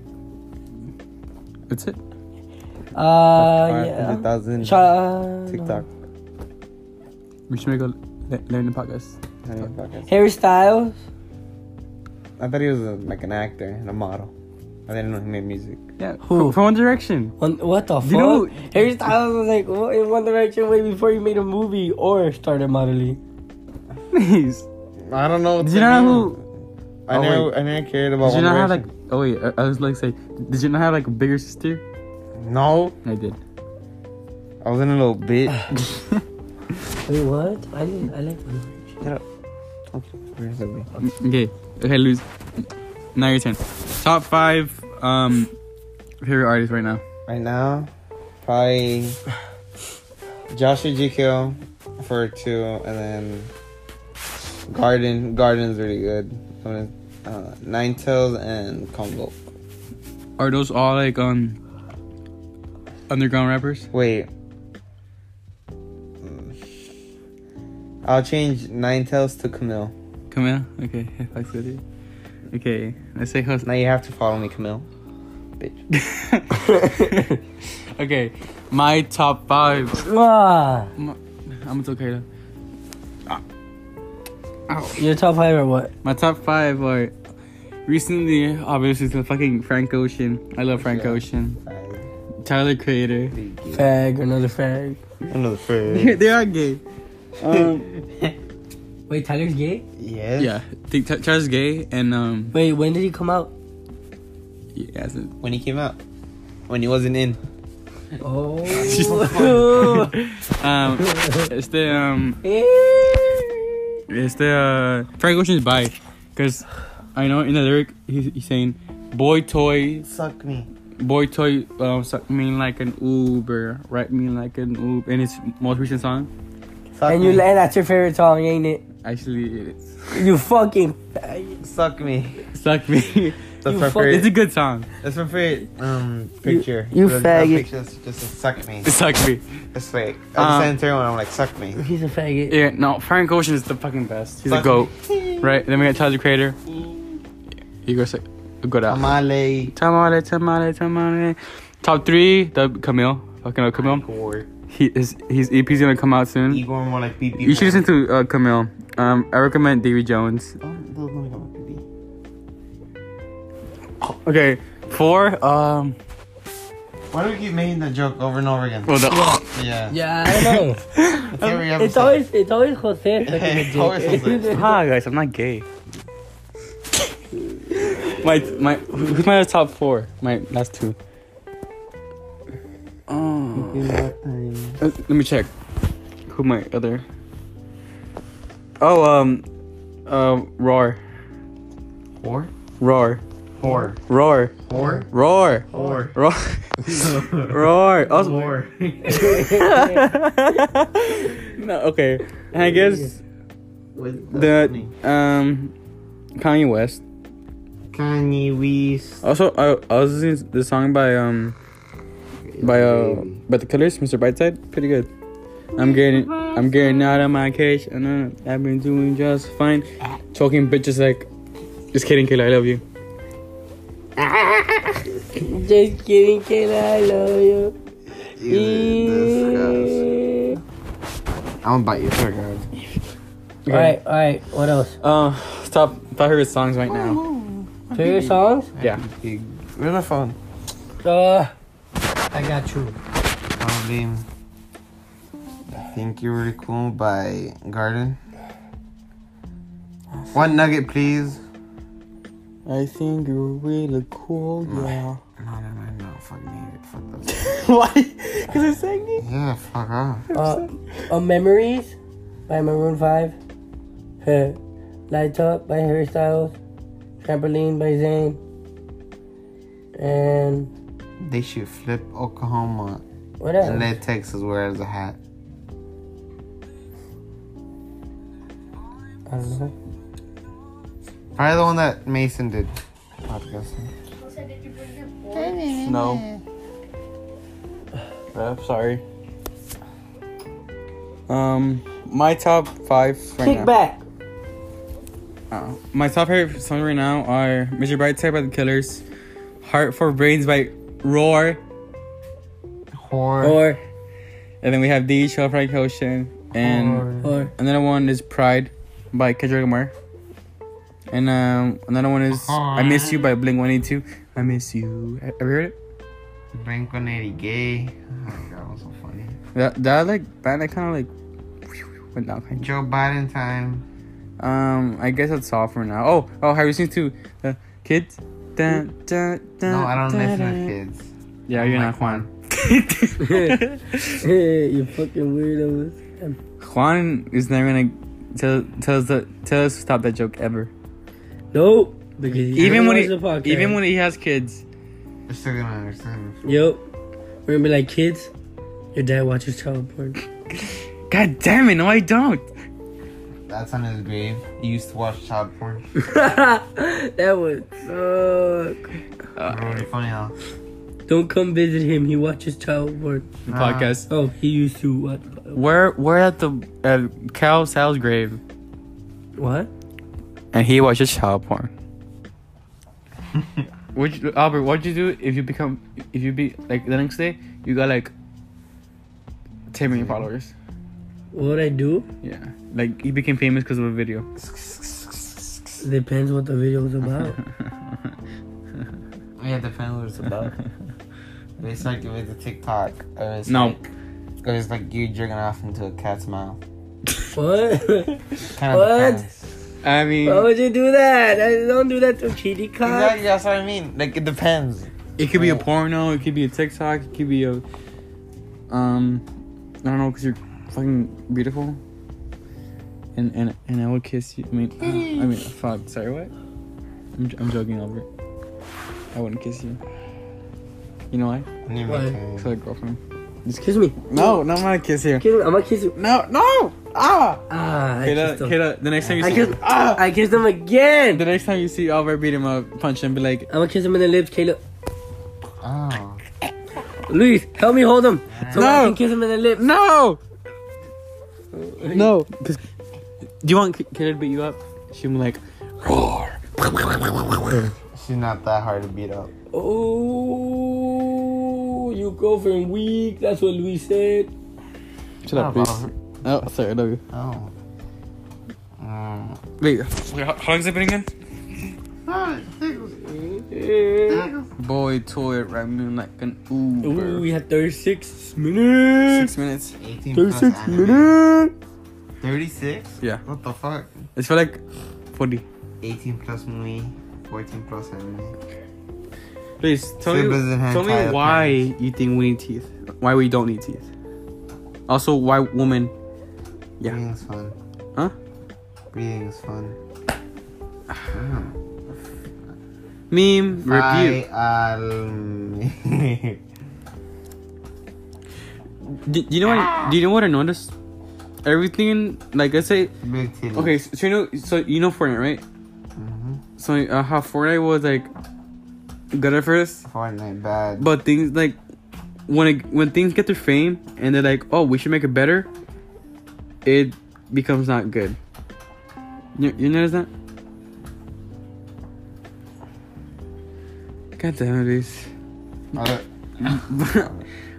Speaker 2: That's it.
Speaker 3: Uh, yeah.
Speaker 1: 500,000
Speaker 3: Cha-
Speaker 1: TikTok.
Speaker 2: We should make a le- learning podcast.
Speaker 1: I mean, fuck it.
Speaker 3: Harry Styles.
Speaker 1: I thought he was a, like an actor and a model. I didn't know he made music.
Speaker 2: Yeah.
Speaker 3: Who?
Speaker 2: Who? From One Direction.
Speaker 3: One, what the fuck?
Speaker 2: You know-
Speaker 3: Harry Styles was like what, in One Direction way before he made a movie or started E. modeling.
Speaker 2: Please.
Speaker 1: I don't know.
Speaker 2: Did you not know who?
Speaker 1: I
Speaker 2: Oh,
Speaker 1: never, I never cared about.
Speaker 2: Did you
Speaker 1: One
Speaker 2: not have like?
Speaker 1: Direction.
Speaker 2: Oh wait, I, I was like say, did you not have like a bigger sister?
Speaker 1: No,
Speaker 2: I did.
Speaker 1: I was in a little
Speaker 2: (sighs)
Speaker 1: bit.
Speaker 3: Wait, what? I didn't. I like One Direction.
Speaker 2: Mm, Okay. Okay, lose. Now your turn. Top five um favorite artists right now.
Speaker 1: right now, probably Joshua GQ for two, and then Garden. Garden's really good. I'm gonna- Uh, Nine Tails and Combo.
Speaker 2: Are those all like um underground rappers?
Speaker 1: Wait. Mm. I'll change Nine Tails to Camille.
Speaker 2: Come here. Okay, (laughs) that's good. Okay, let's say who's
Speaker 1: Now you have to follow me, Camille. Bitch.
Speaker 2: (laughs) okay, my top five.
Speaker 3: Ah,
Speaker 2: I'm it's okay though.
Speaker 3: your top five or what?
Speaker 2: My top five are recently, obviously, the fucking Frank Ocean. I love Frank
Speaker 1: Yeah.
Speaker 2: Ocean. Tyler Creator. (laughs)
Speaker 3: Fag, another fag.
Speaker 1: Another friend.
Speaker 2: they are gay. (laughs) Um,
Speaker 3: Wait, Tyler's gay?
Speaker 1: (laughs) Yes.
Speaker 2: yeah, I think Ty- Tyler's gay, and um,
Speaker 3: Wait, when did he come out?
Speaker 2: he hasn't. (laughs) Um,
Speaker 1: When he came out. When he wasn't in.
Speaker 3: Oh.
Speaker 2: um, it's the um, it's the uh, Frank Ocean's bi, cause I know in the lyric he's, he's saying, "Boy toy
Speaker 1: Suck me.
Speaker 2: Boy Toy um, so, mean like an Uber, right? Mean like an Uber. And his most recent song,
Speaker 1: Suck
Speaker 3: (laughs) and
Speaker 1: me.
Speaker 3: you and that's your favorite song, ain't it?
Speaker 2: actually, it is.
Speaker 3: You fucking fag.
Speaker 1: Suck me.
Speaker 2: Suck me. (laughs)
Speaker 1: That's
Speaker 3: You
Speaker 1: my
Speaker 3: fuck-
Speaker 2: it's a
Speaker 1: favorite.
Speaker 2: good song.
Speaker 1: That's my favorite um picture.
Speaker 3: you
Speaker 1: There's a
Speaker 3: faggot.
Speaker 1: Picture that's just a suck me.
Speaker 2: Suck me.
Speaker 1: It's like I just
Speaker 2: Um,
Speaker 1: sent her one. I'm like suck me.
Speaker 3: He's a faggot.
Speaker 2: Yeah, no, Frank Ocean is the fucking best. He's
Speaker 1: Suck
Speaker 2: a goat,
Speaker 1: me.
Speaker 2: right? Then we got Tyler the Creator. He goes like, good out.
Speaker 1: Amale.
Speaker 2: Tamale, tamale, tamale. Top three, the Camille. Fucking up Camille.
Speaker 1: Igor.
Speaker 2: He his his EP's gonna come out soon.
Speaker 1: Igor more like BB.
Speaker 2: You should listen to uh, Camille. Um, I recommend Davy Jones. Okay, four. Um,
Speaker 1: Why do we keep making that joke over and over again?
Speaker 2: Well, the
Speaker 1: Yeah.
Speaker 3: (laughs) Yeah, I don't know.
Speaker 1: It's every
Speaker 3: it's
Speaker 1: episode.
Speaker 3: always it's always Jose sucking a
Speaker 1: It's (laughs) always
Speaker 3: dick.
Speaker 2: ah, guys, I'm not gay. my my who's my top four? My last two. Oh,
Speaker 3: (laughs)
Speaker 2: Uh, let me check. Who my other? Oh, um, uh, roar,
Speaker 1: Whore?
Speaker 2: roar,
Speaker 1: Whore.
Speaker 2: roar,
Speaker 1: Whore?
Speaker 2: roar,
Speaker 1: (laughs) Whore.
Speaker 2: roar, (laughs) roar. Oh. Also,
Speaker 1: Whore. (laughs)
Speaker 2: (laughs) no, okay. And I guess (laughs) the um, Kanye West.
Speaker 1: Kanye West.
Speaker 2: Also, I, I was listening to the song by um by uh by the Killers, Mr. Brightside, pretty good. I'm getting I'm getting out of my cage and uh, I've been doing just fine. Talking bitches like, just kidding, Kayla, I love you.
Speaker 3: (laughs) Just kidding, kid. I love you.
Speaker 1: I'm gonna bite you, sir, God.
Speaker 3: All right, all right. What else?
Speaker 2: Uh, top five favorite songs right now.
Speaker 3: Favorite songs?
Speaker 2: Yeah.
Speaker 1: Where's my phone?
Speaker 3: Uh, I got you.
Speaker 1: Probably. I think you're really cool by Garden. One nugget, please.
Speaker 2: I think you're really cool,
Speaker 1: (laughs)
Speaker 2: yeah.
Speaker 1: No, no, no, no. Fuck me. Fuck those.
Speaker 2: Why? Because I'm saying it.
Speaker 1: yeah, fuck off.
Speaker 3: Uh, uh, Memories by Maroon 5. Huh. Lights Up by Harry Styles. Trampoline by Zayn. And
Speaker 1: They should flip Oklahoma
Speaker 3: what
Speaker 1: and
Speaker 3: else?
Speaker 1: let Texas wear as a hat.
Speaker 3: I don't know.
Speaker 1: Probably the one that Mason did.
Speaker 2: Oh,
Speaker 1: Podcast.
Speaker 2: No. I'm sorry. Um, my top five right now.
Speaker 3: Kick back.
Speaker 2: Uh, my top favorite songs right now are Mr. Brightside by The Killers, Heart for Brains by Roar,
Speaker 1: Whore.
Speaker 3: Or,
Speaker 2: and then we have The Show Frank Ocean, and
Speaker 3: or, (laughs)
Speaker 2: another one is Pride by Kendrick Lamar, and um, another one is I Miss You by Blink 182. I Miss You. Have you heard it?
Speaker 1: Blink 180 gay. (laughs) Oh my god, that was so funny.
Speaker 2: That, that like band that kind of like went down kind
Speaker 1: Joe Biden time.
Speaker 2: of. Um, I guess that's all for now. Oh, oh, have you seen to uh, Kids? Dun, dun, dun,
Speaker 1: No, I don't
Speaker 2: dun,
Speaker 1: listen to
Speaker 2: dun.
Speaker 1: kids.
Speaker 2: Yeah, you're not
Speaker 1: like
Speaker 2: Juan.
Speaker 1: (laughs)
Speaker 3: hey, you fucking weirdo.
Speaker 2: (laughs) Juan is never gonna tell tell us the, tell us to stop that joke ever.
Speaker 3: Nope. Because he
Speaker 2: Even when he
Speaker 3: the podcast.
Speaker 2: even when he has kids.
Speaker 1: They're still gonna understand.
Speaker 3: Yep. We're gonna be like, kids, your dad watches child
Speaker 2: (laughs)
Speaker 3: porn.
Speaker 2: God damn it! No, I don't.
Speaker 1: That's on his grave. He used to watch child porn.
Speaker 3: that would suck.
Speaker 2: Uh.
Speaker 1: really funny how.
Speaker 3: Don't come visit him. He watches child porn.
Speaker 2: The
Speaker 1: Nah.
Speaker 2: podcast.
Speaker 3: Oh, he used to what?
Speaker 2: We're we're at the uh, Cal Sal's grave,
Speaker 3: What?
Speaker 2: and he watches child porn. (laughs) Would you, Albert? What'd you do if you become if you be like the next day you got like ten million followers?
Speaker 3: What would I do?
Speaker 2: Yeah, like he became famous because of a video. (laughs)
Speaker 3: Depends what the video is about.
Speaker 1: Yeah, depends what it's
Speaker 2: (laughs)
Speaker 1: about. If it's like if it's a TikTok, or it's
Speaker 2: No.
Speaker 1: like, or it's like you jerking off into a cat's mouth.
Speaker 3: what?
Speaker 1: Kind of
Speaker 3: What?
Speaker 1: depends.
Speaker 2: I mean,
Speaker 3: Why would you do that? I- Don't do that to Kitty Cat.
Speaker 1: Exactly, that's what I mean. Like it depends.
Speaker 2: It could be a
Speaker 1: Right.
Speaker 2: porno. It could be a TikTok. It could be a, um, I don't know, cause you're fucking beautiful. And and and I would kiss you. I mean, (gasps) uh, I mean, fuck. Sorry, what? I'm j- I'm joking, Albert. I wouldn't kiss you. You know why?
Speaker 1: I need
Speaker 3: Why?
Speaker 1: my time.
Speaker 2: Cause I have a girlfriend.
Speaker 3: Just kiss me.
Speaker 2: No, not my kiss here.
Speaker 3: Kiss me. I'm gonna kiss you.
Speaker 2: No, no. Ah.
Speaker 3: Ah, I
Speaker 2: Kayla,
Speaker 3: kissed him.
Speaker 2: Kayla, the next time you
Speaker 3: I
Speaker 2: see,
Speaker 3: kissed-
Speaker 2: ah,
Speaker 3: I kissed him again.
Speaker 2: the next time you see Albert beat him up, punch him, be like,
Speaker 3: I'm gonna kiss him in the lips, Kayla.
Speaker 2: Ah.
Speaker 1: Oh.
Speaker 3: Luis, help me hold him. So I
Speaker 2: No.
Speaker 3: can kiss him in the lips.
Speaker 2: No. No. Do you want K- Kayla to beat you up? She'll be like, roar.
Speaker 1: She's not that hard to beat up.
Speaker 3: Oh, you girlfriend weak. That's what Luis said.
Speaker 2: Shut up,
Speaker 1: Oh,
Speaker 2: please. Oh, sorry, I love you.
Speaker 1: Oh. Mm.
Speaker 2: Wait, how, how long's it been again?
Speaker 1: Oh, it tickles.
Speaker 2: Boy, toy rambling like an
Speaker 3: Ooh,
Speaker 2: Uber.
Speaker 3: we had 36 minutes.
Speaker 2: Six minutes.
Speaker 1: 18 plus
Speaker 2: 36
Speaker 1: anime.
Speaker 2: minutes.
Speaker 1: 36?
Speaker 2: Yeah.
Speaker 1: What the fuck?
Speaker 2: It's for like 40.
Speaker 1: 18 plus movie, 14 plus anime.
Speaker 2: Please tell me,
Speaker 1: Siblings in hand
Speaker 2: tell
Speaker 1: tie
Speaker 2: me
Speaker 1: up
Speaker 2: why you think we need teeth. Why we don't need teeth. Also, why women? Yeah.
Speaker 1: Reading's fun.
Speaker 2: Huh?
Speaker 1: Reading's fun.
Speaker 2: Meme review.
Speaker 1: I, (laughs) um,
Speaker 2: Do, do you know what? Do you know what I noticed? Everything like let's say
Speaker 1: big titty.
Speaker 2: okay. So, so you know, so you know Fortnite, right?
Speaker 1: Mm-hmm.
Speaker 2: So uh, how Fortnite was like good at first,
Speaker 1: Fortnite bad.
Speaker 2: but things like when it, when things get to fame and they're like, oh, we should make it better. It becomes not good. You, you notice that? God damn it, Reese.
Speaker 1: Other-
Speaker 2: (laughs)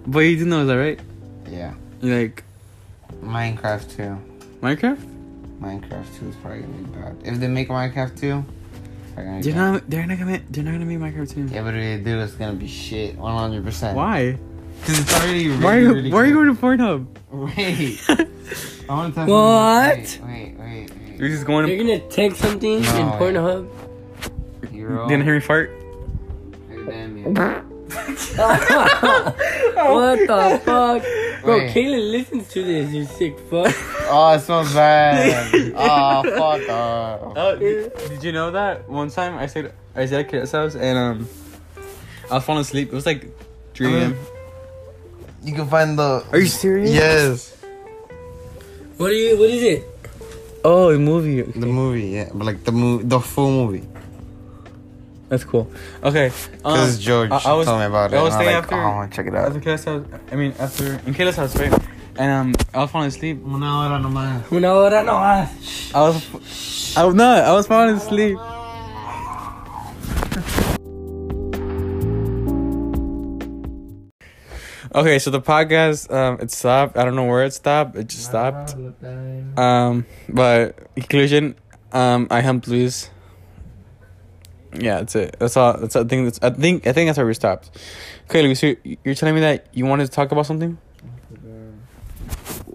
Speaker 2: but you do know that, right?
Speaker 1: yeah.
Speaker 2: Like
Speaker 1: Minecraft 2.
Speaker 2: Minecraft.
Speaker 1: Minecraft 2 is probably gonna be bad. If they make Minecraft 2, it's probably gonna be
Speaker 2: They're
Speaker 1: bad.
Speaker 2: not. They're not gonna. They're not gonna make Minecraft too.
Speaker 1: Yeah, but if they do, it's gonna be shit. 100%.
Speaker 2: Why?
Speaker 1: Because it's already really,
Speaker 2: Why are
Speaker 1: really
Speaker 2: you? Why are you
Speaker 1: good.
Speaker 2: going to (laughs) Pornhub?
Speaker 1: (laughs) Wait. I want to talk
Speaker 3: What?
Speaker 1: Wait, wait, wait.
Speaker 2: You're
Speaker 1: wait.
Speaker 2: just going.
Speaker 3: You're
Speaker 2: To,
Speaker 3: gonna take something in
Speaker 1: No.
Speaker 3: Pornhub?
Speaker 1: You're all-
Speaker 2: gonna hear me fart?
Speaker 1: You're damn it.
Speaker 2: (laughs)
Speaker 3: (laughs)
Speaker 2: Oh.
Speaker 3: what the fuck? Bro,
Speaker 1: Wait.
Speaker 3: Kaylin listens to this, you sick fuck.
Speaker 1: Oh, it smells bad.
Speaker 2: (laughs)
Speaker 1: oh, fuck off.
Speaker 2: Oh, did, did you know that one time I said I said at Cadet's house and um I was falling asleep. It was like 3 a.m.
Speaker 1: You can find the.
Speaker 2: Are you serious?
Speaker 1: Yes.
Speaker 3: What are you, what is it?
Speaker 2: Oh, a movie.
Speaker 1: The movie, yeah. But like the movie, the full movie.
Speaker 2: That's cool. Okay. um,
Speaker 1: Because George
Speaker 2: Uh, I- I was-
Speaker 1: told me about it.
Speaker 2: I was
Speaker 1: and I'm
Speaker 2: staying
Speaker 1: like,
Speaker 2: after-
Speaker 1: oh, I want to check it out.
Speaker 2: After Cadet's house, I mean after in Cadet's house, right? And um, I was falling asleep.
Speaker 1: Una hora nomás.
Speaker 3: Una hora no más.
Speaker 2: I was, I was not. I was falling asleep. Okay, so the podcast, um, it stopped. I don't know where it stopped. It just stopped. Um, but conclusion, um, I humped Luis. Yeah, that's it. That's all. That's I think. That's I think. I think that's where we stopped. Okay, Luis, you- you're telling me that you wanted to talk about something.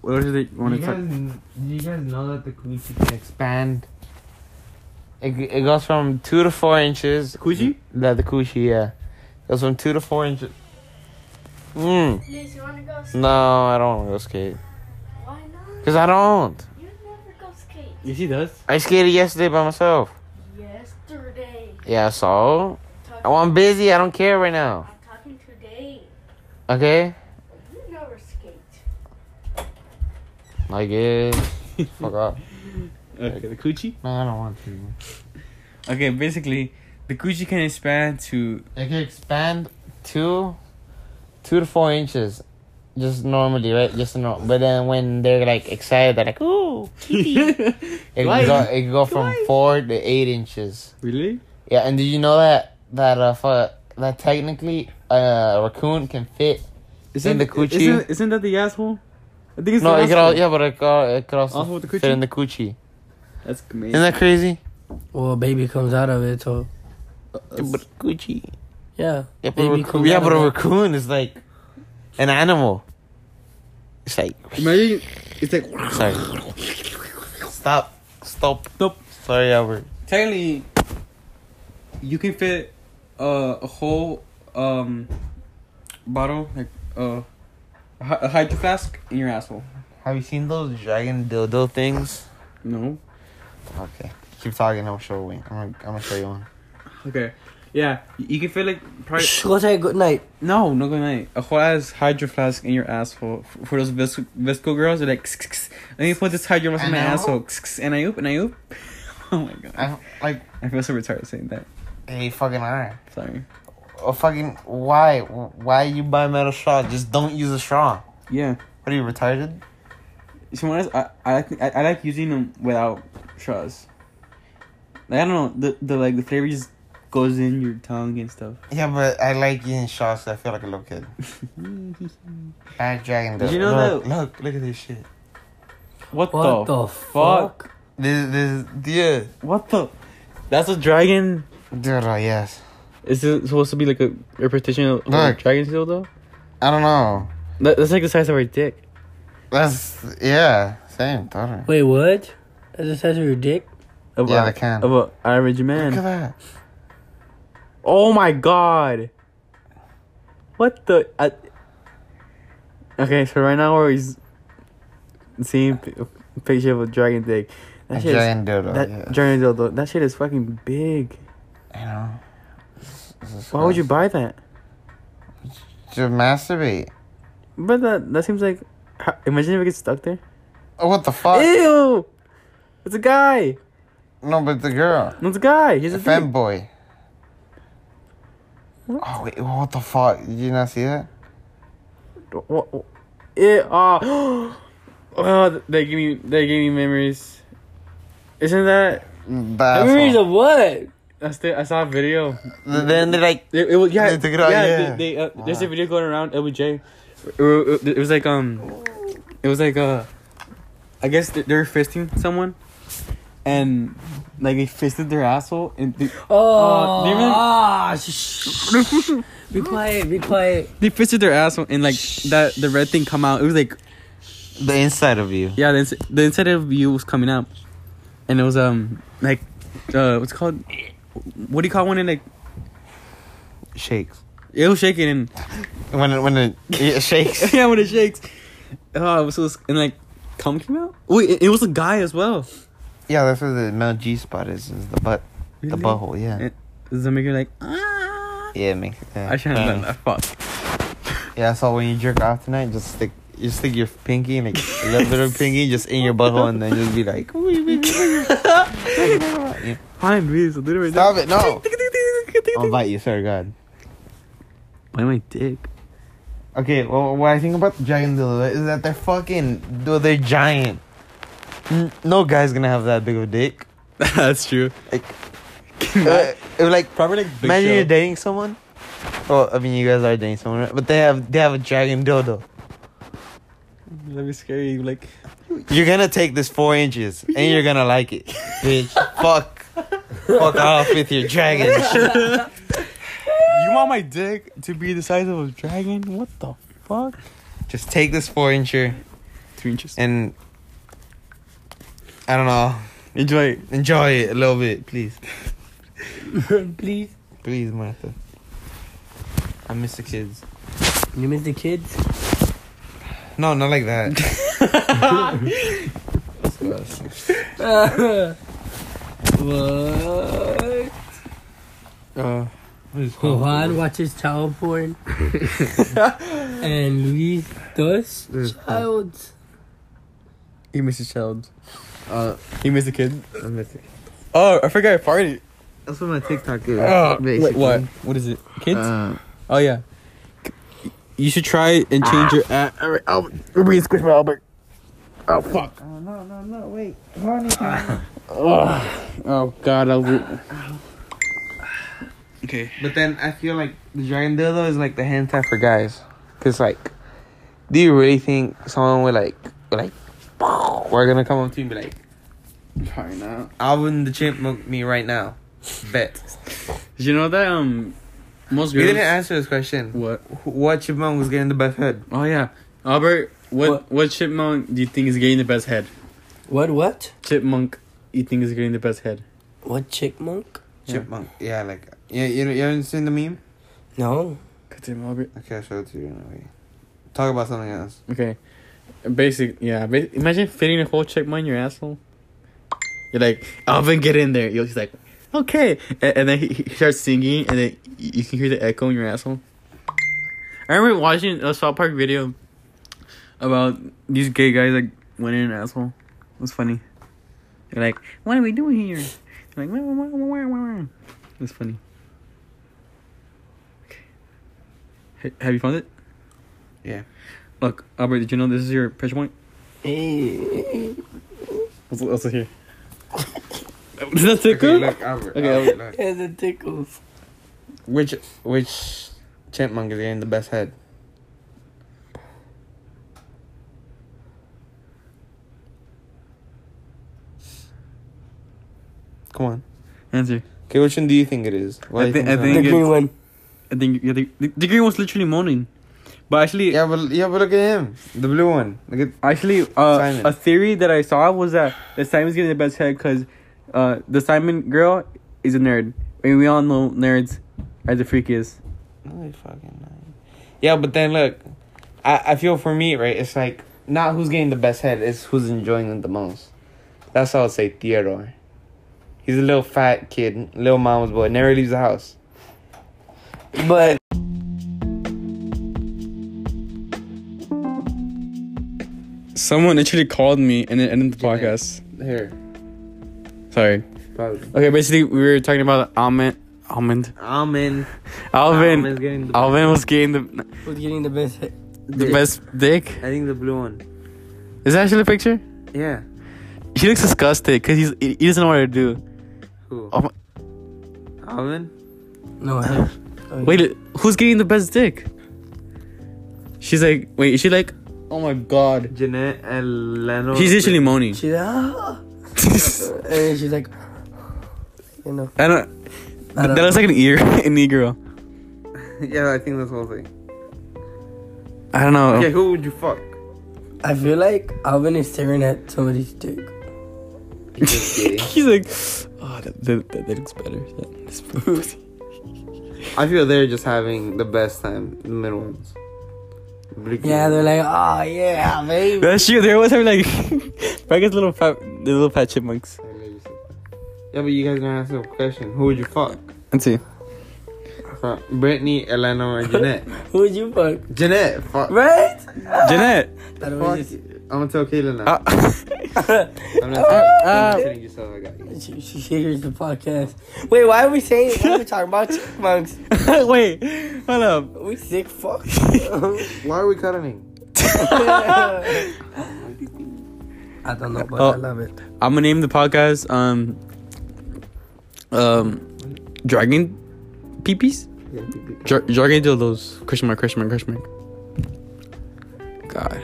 Speaker 2: What is it you
Speaker 1: Do
Speaker 2: wanted
Speaker 1: you,
Speaker 2: to
Speaker 1: guys,
Speaker 2: talk?
Speaker 1: do you guys know that the coochie can expand? It, it goes from two to four inches.
Speaker 2: Coochie?
Speaker 1: The, the coochie, yeah. goes from two to four inches. Mm.
Speaker 4: Liz, you wanna go skate?
Speaker 1: No, I don't want to go skate.
Speaker 4: Why not?
Speaker 1: Because I don't.
Speaker 4: You never go skate.
Speaker 2: Yes, he does.
Speaker 1: I skated yesterday by myself.
Speaker 4: Yesterday.
Speaker 1: Yeah, so?
Speaker 4: Talking,
Speaker 1: Oh, I'm busy. I don't care right now.
Speaker 4: I'm talking today.
Speaker 1: Okay?
Speaker 4: You never skate.
Speaker 1: I guess. Fuck off.
Speaker 2: Okay, the coochie.
Speaker 1: No, I don't want to.
Speaker 2: Okay, basically, the coochie can expand to
Speaker 1: It can expand two, two to four inches, just normally, right? Just normal. But then when they're like excited, they're like, "Ooh, kitty!" it can go, it can go from four to eight inches.
Speaker 2: (laughs) really.
Speaker 1: Yeah, and did you know that that uh fu- that technically uh, a raccoon can fit? In the coochie?
Speaker 2: Isn't, isn't that the asshole? I (laughs) think it's
Speaker 1: no,
Speaker 2: the
Speaker 1: it could all,
Speaker 2: asshole.
Speaker 1: yeah, but it could, al- it could also
Speaker 2: Also with the
Speaker 1: fit
Speaker 2: Ah, coochie?
Speaker 1: in the coochie.
Speaker 2: That's
Speaker 1: Isn't
Speaker 2: amazing.
Speaker 1: that crazy?
Speaker 3: Well, Oh, baby comes out of it, so
Speaker 1: but coochie. Yeah,
Speaker 3: yeah.
Speaker 1: but, a
Speaker 3: Baby
Speaker 1: raccoon,
Speaker 3: comes
Speaker 1: yeah,
Speaker 3: out
Speaker 1: but a
Speaker 3: of it.
Speaker 1: raccoon is like an animal. It's like
Speaker 2: Imagine it's like
Speaker 1: sorry. Stop. Stop.
Speaker 2: Stop.
Speaker 1: Sorry, Albert.
Speaker 2: technically you can fit uh, a whole um bottle like uh, a hy- a hydro flask in your asshole.
Speaker 1: Have you seen those dragon dildo things?
Speaker 2: No.
Speaker 1: Okay. Keep talking. I'm sure we. I'm gonna, I'm gonna show you one.
Speaker 2: Okay. Yeah, y- you can fit like probably
Speaker 3: Shh, Go say good night.
Speaker 2: no, no good night. A whole ass hydro flask in your asshole F- for those visco, visco girls. They're like, "Kss, kss, let me put this hydro flask in my
Speaker 1: I know.
Speaker 2: asshole, Kss, kss, and I oop, and I oop. (laughs) oh my god,
Speaker 1: I like
Speaker 2: I feel so retarded saying that.
Speaker 1: hey fucking iron.
Speaker 2: Sorry.
Speaker 1: Oh fucking why? Why you buy metal straw? Just don't use a straw.
Speaker 2: Yeah.
Speaker 1: What are you retarded?
Speaker 2: Someone else, I, I like I, I like using them without straws. Like, I don't know the the like the flavor just goes in your tongue and stuff. (laughs)
Speaker 1: Yeah, but I like eating straws. So I feel like a little kid. Bad dragon dildo.
Speaker 2: Did you know
Speaker 1: look,
Speaker 2: that-
Speaker 1: Look, look at this shit.
Speaker 2: What, the,
Speaker 3: What the
Speaker 2: fuck?
Speaker 3: fuck?
Speaker 1: This, this, yeah.
Speaker 2: What the? That's a dragon.
Speaker 1: Dildo, yes.
Speaker 2: Is it supposed to be like a repetition of of a
Speaker 5: Look.
Speaker 2: dragon's dildo?
Speaker 5: I don't know.
Speaker 2: That, that's like the size of our dick.
Speaker 5: That's yeah, same. Daughter.
Speaker 3: Wait, what? That's the size of your dick?
Speaker 2: Of
Speaker 5: Yeah,
Speaker 2: a-
Speaker 5: they can.
Speaker 2: Of an average
Speaker 5: Look at
Speaker 2: man.
Speaker 5: that.
Speaker 2: Oh my god. What the? I, okay, so right now we're s- seeing p- a picture of a dragon dick. That
Speaker 5: A
Speaker 2: shit is,
Speaker 5: giant dildo.
Speaker 2: that
Speaker 5: yeah.
Speaker 2: dragon dildo. That shit is fucking big.
Speaker 5: you know. This- this is
Speaker 2: Why would you
Speaker 5: gross.
Speaker 2: buy that?
Speaker 5: to masturbate?
Speaker 2: But that that seems like. ha- Imagine if it gets stuck there.
Speaker 5: Oh, what the fuck?
Speaker 2: Ew! It's a guy.
Speaker 5: No, but the girl.
Speaker 2: No, It's a guy. He's
Speaker 5: The
Speaker 2: a dude.
Speaker 5: fanboy. Oh wait, what the fuck? Did you not see that?
Speaker 2: Wha- wha- Ew, ah. (gasps) oh, they give me they give me memories. Isn't that
Speaker 5: The
Speaker 3: Memories
Speaker 5: asshole.
Speaker 3: of what?
Speaker 2: I still I saw a video.
Speaker 5: Then they like
Speaker 2: It, it was yeah
Speaker 5: They took it out, yeah. Ah.
Speaker 2: They, they, uh, There's a
Speaker 5: Wow.
Speaker 2: video going around LBJ. It, wa- it was like um, it was like uh, I guess they, they were fisting someone, and like they fisted their asshole and they, (laughs)
Speaker 3: Oh,
Speaker 2: Uh, do you remember-
Speaker 3: ah, shh. be quiet, be quiet.
Speaker 2: they fisted their asshole and like that the red thing come out. It was like
Speaker 5: the inside of you.
Speaker 2: Yeah, the, ins- the inside of you was coming up, and it was um like, uh, what's it called? What do you call when it like
Speaker 5: Shakes.
Speaker 2: it was shaking and
Speaker 5: When it, when it, it
Speaker 2: (laughs)
Speaker 5: shakes.
Speaker 2: yeah when it shakes, oh it was, it was- and like cum came out. Wait, it, it was a guy as well.
Speaker 5: yeah, that's where the male G spot is. Is the butt, the
Speaker 2: Really?
Speaker 5: butthole. Yeah.
Speaker 2: It- Does that make you like ah?
Speaker 5: yeah, it makes. Yeah.
Speaker 2: I shouldn't have done
Speaker 5: Mm.
Speaker 2: that. Fuck.
Speaker 5: Yeah, so when you jerk off tonight, just stick you stick your pinky like little, little pinky just in your butthole and then just
Speaker 2: (laughs)
Speaker 5: be like
Speaker 2: Fine, please. I'll do it right
Speaker 5: Stop
Speaker 2: now. (laughs)
Speaker 5: it, no. I'll
Speaker 2: Why
Speaker 5: bite you, sir God.
Speaker 2: my dick?
Speaker 5: Okay, well what I think about the giant dildo is that they're fucking dude, they're giant. N- No guy's gonna have that big of a dick.
Speaker 2: That's true.
Speaker 5: Like uh, like
Speaker 2: Probably like big
Speaker 5: imagine
Speaker 2: show.
Speaker 5: you're dating someone. Well, I mean you guys are dating someone, right? But they have they have a dragon dildo.
Speaker 2: That'd be scary. Like
Speaker 5: You're gonna take this four inches and you're gonna like it, (laughs) bitch. Fuck, fuck off with your (laughs) dragon. shit.
Speaker 2: you want my dick to be the size of a dragon? What the fuck?
Speaker 5: Just take this four incher
Speaker 2: Three inches.
Speaker 5: and I don't know.
Speaker 2: Enjoy.
Speaker 5: Enjoy it a little bit, please,
Speaker 3: Please.
Speaker 5: please, Martha. I miss the kids.
Speaker 3: You miss the kids?
Speaker 5: No, not like that.
Speaker 3: what?
Speaker 2: Uh,
Speaker 3: Juan watches child porn. and Luis does
Speaker 5: This is fun.
Speaker 3: child.
Speaker 2: he missed his child.
Speaker 5: Uh,
Speaker 2: He missed a kid.
Speaker 5: I miss it.
Speaker 2: Oh, I forgot I farted.
Speaker 5: That's what my TikTok is.
Speaker 2: Oh, wait, what? What is it? Kids?
Speaker 5: Uh,
Speaker 2: oh yeah. You should try and change your. Uh, all right, Albert. We're being squished by Albert. Oh fuck.
Speaker 5: no, no, no! Wait, Ronnie.
Speaker 2: Oh god, Albert. Okay.
Speaker 5: But then I feel like the giant dildo is like the hand type for guys. Cause like, do you really think someone would like like (laughs) we're gonna come up to you and be like,
Speaker 2: (laughs) Probably not.
Speaker 5: Alvin the chipmunk me right now? Bet.
Speaker 2: Did you know that um, most
Speaker 5: We
Speaker 2: girls.
Speaker 5: didn't answer this question.
Speaker 2: what?
Speaker 5: Wh- What chipmunk was getting the best head?
Speaker 2: Oh yeah, Albert. What, what?
Speaker 3: What?
Speaker 2: chipmunk do you think is getting the best head?
Speaker 3: What, what?
Speaker 2: Chipmunk, you think is getting the best head?
Speaker 3: What chickmunk?
Speaker 2: Yeah.
Speaker 5: Chipmunk. Yeah, like yeah. You you haven't seen the meme?
Speaker 3: No.
Speaker 2: Continue, Albert.
Speaker 5: Okay, I'll show it to you. in a way. Talk about something else.
Speaker 2: Okay. Basic, yeah. Ba- imagine fitting a whole chipmunk in your asshole. You're like, Alvin, get in there. You're just like, okay. And, and then he, he starts singing, and then y- you can hear the echo in your asshole. I remember watching a South Park video about these gay guys like went in an asshole. It was funny. They're like, what are we doing here? They're like, wah, wah, wah, wah, wah, wah. it was funny. Okay. Ha- Have you found it?
Speaker 5: Yeah.
Speaker 2: Look, Albert, did you know this is your pressure point?
Speaker 3: Eh.
Speaker 2: What's, what's it here? Is that
Speaker 5: Okay,
Speaker 2: tickle?
Speaker 5: look, Albert.
Speaker 2: Okay,
Speaker 5: Albert, look.
Speaker 3: Yeah, the tickles.
Speaker 5: Which which chipmunk is getting the best head? Come on.
Speaker 2: Answer.
Speaker 5: Okay, which one do you think it is? Why
Speaker 2: I
Speaker 5: you
Speaker 2: thi- I
Speaker 5: so?
Speaker 2: think
Speaker 3: The
Speaker 2: it's-
Speaker 3: green one.
Speaker 2: I think yeah, the, the, the green was literally moaning, but actually,
Speaker 5: Yeah, but yeah, but look at him, the blue one. Look at
Speaker 2: actually, uh,
Speaker 5: Simon.
Speaker 2: a theory that I saw was that the Simon's getting the best head because uh, the Simon girl is a nerd, and we all know nerds are the freakiest.
Speaker 5: No, you fucking lying. Yeah, but then look, I, I feel for me, right? It's like not who's getting the best head, it's who's enjoying it the most. That's how I would say Theodore. He's a little fat kid, little mama's boy, never leaves the house. But
Speaker 2: Someone literally called me and then ended the
Speaker 5: Yeah.
Speaker 2: podcast.
Speaker 5: here,
Speaker 2: Sorry.
Speaker 5: probably.
Speaker 2: Okay, basically we were talking about almond, almond,
Speaker 5: Almond. Almond's
Speaker 2: Alvin.
Speaker 5: getting the,
Speaker 2: Alvin was getting the
Speaker 3: Who's getting the best hit?
Speaker 2: the best dick.
Speaker 5: I think the blue one.
Speaker 2: Is that actually a picture?
Speaker 5: Yeah.
Speaker 2: He looks disgusted because he's he doesn't know what to do.
Speaker 5: Who?
Speaker 2: Oh my-
Speaker 5: Almond.
Speaker 3: No, him.
Speaker 2: Wait, who's getting the best dick? She's like, wait, is she like? Oh my god.
Speaker 5: Jeanette and Leno.
Speaker 2: She's
Speaker 5: (laughs)
Speaker 2: literally moaning.
Speaker 3: She's like, ah. and then she's like, you know.
Speaker 2: I don't.
Speaker 3: I don't
Speaker 2: that looks like an ear, (laughs) an e girl.
Speaker 5: yeah, I think this whole thing.
Speaker 2: I don't know.
Speaker 5: Okay, who would you fuck?
Speaker 3: I feel like Alvin is staring at somebody's dick.
Speaker 2: He's like, oh, that, that, that looks better. That- that's pussy."
Speaker 5: I feel they're just having the best time. The middle ones. Blue
Speaker 3: Yeah, they're like, oh yeah, baby.
Speaker 2: That's true. There was having like, (laughs) Frank's little fat, the little fat chipmunks.
Speaker 5: Yeah, but you guys gonna ask a question. Who would you fuck?
Speaker 2: Let's see.
Speaker 5: Fuck Brittany, Elena, or
Speaker 2: (laughs)
Speaker 5: Jeanette?
Speaker 3: Who would you fuck?
Speaker 5: Jeanette, fuck.
Speaker 3: Right?
Speaker 2: Jeanette.
Speaker 3: That
Speaker 5: fuck.
Speaker 3: was
Speaker 5: I'm gonna tell Kayla now.
Speaker 2: Uh,
Speaker 5: I'm not
Speaker 2: (laughs)
Speaker 5: kidding. I'm not
Speaker 2: uh,
Speaker 5: kidding yourself. I got you.
Speaker 3: just, (laughs) she, she hears the podcast. Wait, why are we saying? Why are we talking about chipmunks?
Speaker 2: (laughs) wait, hold up.
Speaker 3: We
Speaker 2: (laughs)
Speaker 3: sick fuck. (laughs)
Speaker 5: Why are we cuddling?
Speaker 3: I don't know, but
Speaker 2: Oh.
Speaker 3: I love it.
Speaker 2: I'm gonna name the podcast um, um, Dragon Peepees, Dra- Dragon Dildos. Question mark? Question mark? Question mark? God,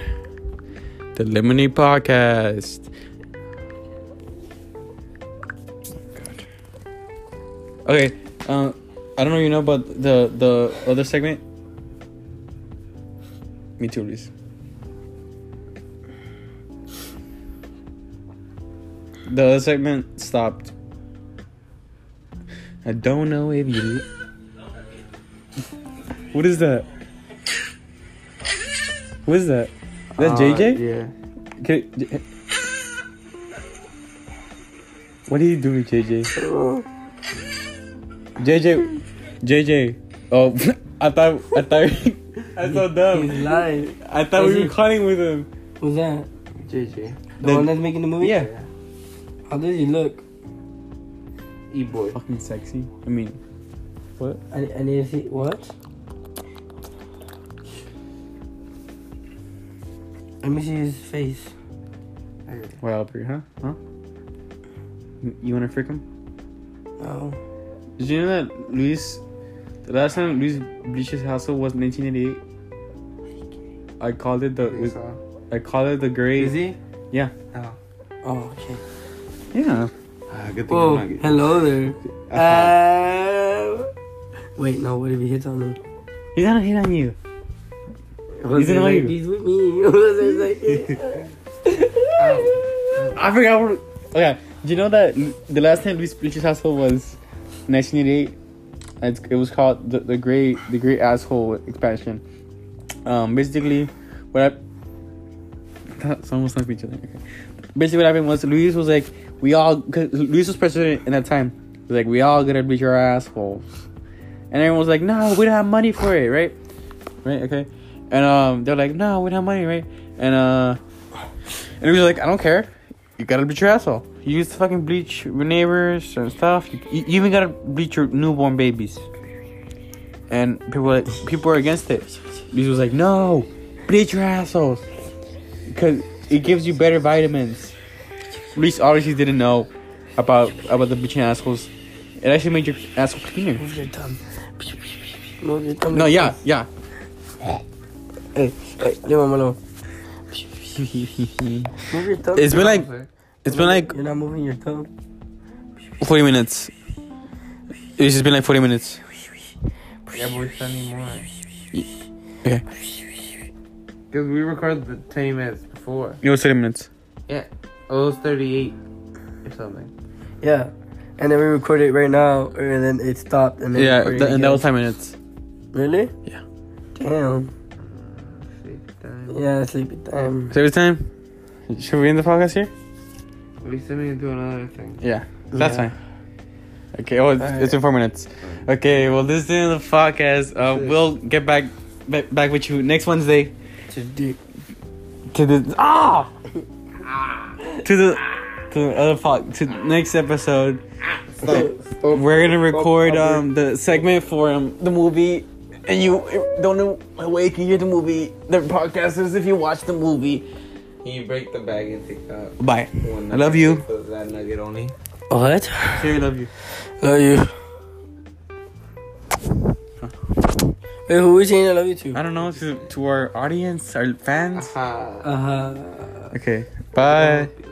Speaker 2: the Lemonade Podcast. God. Okay, um, I don't know. You know about the the other segment? Me too, Luis. The other segment stopped. I don't know if you. What is that? What is that? Is that JJ?
Speaker 5: Yeah.
Speaker 2: Can- J- what are you doing, JJ?
Speaker 5: Uh, (gasps)
Speaker 2: JJ, JJ. Oh, (laughs) I thought I thought (laughs) I so
Speaker 3: He's
Speaker 2: dumb.
Speaker 3: lying.
Speaker 2: I thought we were calling with him.
Speaker 3: Who's that?
Speaker 5: JJ.
Speaker 3: The,
Speaker 2: The-
Speaker 3: one that's making the movie?
Speaker 2: Yeah.
Speaker 3: How does he look?
Speaker 5: E boy.
Speaker 2: Fucking sexy. I mean, what?
Speaker 3: I, I need to see what? Let me see his face.
Speaker 2: What Albert, huh? Huh? You- You wanna freak him?
Speaker 3: Oh.
Speaker 2: Did you know that Luis, the last time Luis bleached his hassle was 1988? I called it the was- I called it the gray.
Speaker 5: he?
Speaker 2: Yeah.
Speaker 3: Oh, okay.
Speaker 2: Yeah.
Speaker 5: Ah, good thing
Speaker 3: Whoa,
Speaker 5: I'm not
Speaker 3: hello
Speaker 2: (laughs)
Speaker 3: there. Uh, wait, no, what if he hits on me?
Speaker 2: He's gonna hit on you.
Speaker 3: He's
Speaker 2: in
Speaker 3: like,
Speaker 2: you.
Speaker 3: He's with me. (laughs) Jose's like,
Speaker 2: (laughs) I forgot. What, okay. Did you know that l- the last time Luis bleached his hassle was 1988? It's, it was called the the gray the gray asshole expansion. Um, basically, what I That- someone slapped each other. Okay. Basically, what happened was Luis was like, we all, cause Luis was president in that time. He was like, we all gonna beat your assholes. And everyone was like, no, we don't have money for it, right? Right, okay. And um, they're like, no, we don't have money, right? And uh, and he was like, I don't care. You gotta bleach your asshole. You used to fucking bleach your neighbors and stuff. You, you even gotta bleach your newborn babies. And people were, like, people were against it. Luis was like, no, bleach your assholes because it gives you better vitamins. Reese obviously didn't know about about the bitching assholes. It actually made your asshole cleaner.
Speaker 3: move your thumb. Move your thumb.
Speaker 2: No, yeah, (laughs) yeah.
Speaker 3: Hey, hey, leave him alone.
Speaker 2: it's
Speaker 3: Move your thumb.
Speaker 2: been like it's been like
Speaker 3: You're not moving your thumb.
Speaker 2: forty minutes. It's just been like 40 minutes.
Speaker 1: Yeah, but we still need more.
Speaker 2: Okay.
Speaker 1: Because we recorded the 20 minutes before.
Speaker 2: It was 30 minutes.
Speaker 1: Yeah. Oh, it was 38 or something.
Speaker 3: Yeah. And then we record it right now, and then it stopped. And then
Speaker 2: Yeah,
Speaker 3: recorded
Speaker 2: th- and that
Speaker 3: again.
Speaker 2: was 10 minutes.
Speaker 3: Really?
Speaker 2: Yeah.
Speaker 3: Damn.
Speaker 1: Sleep time.
Speaker 3: Yeah, sleepy time.
Speaker 2: So every time, should we end the podcast here?
Speaker 1: We still need to do another thing.
Speaker 2: Yeah, that's
Speaker 3: Yeah.
Speaker 2: fine. Okay, oh, it's, it's been four minutes. Okay, well, this is the end of the podcast. Uh,
Speaker 1: Shit.
Speaker 2: we'll get back, back back with you next Wednesday
Speaker 3: It's a dick.
Speaker 2: to the ah to the to the other po- to the next episode.
Speaker 1: Stop. Stop.
Speaker 2: We're gonna record
Speaker 1: Stop.
Speaker 2: um the segment for um the movie, and you don't know wait you hear the movie. The podcast is if you watch the movie.
Speaker 1: Can you break the bag and take out
Speaker 2: Bye.
Speaker 1: one
Speaker 2: I love
Speaker 1: nugget
Speaker 2: you.
Speaker 1: So that nugget only.
Speaker 3: What?
Speaker 2: Siri, love you.
Speaker 3: Love you. Wait, who is saying I love you too?
Speaker 2: I don't know to, to our audience, our fans.
Speaker 1: Aha.
Speaker 3: Uh huh.
Speaker 2: Okay, bye.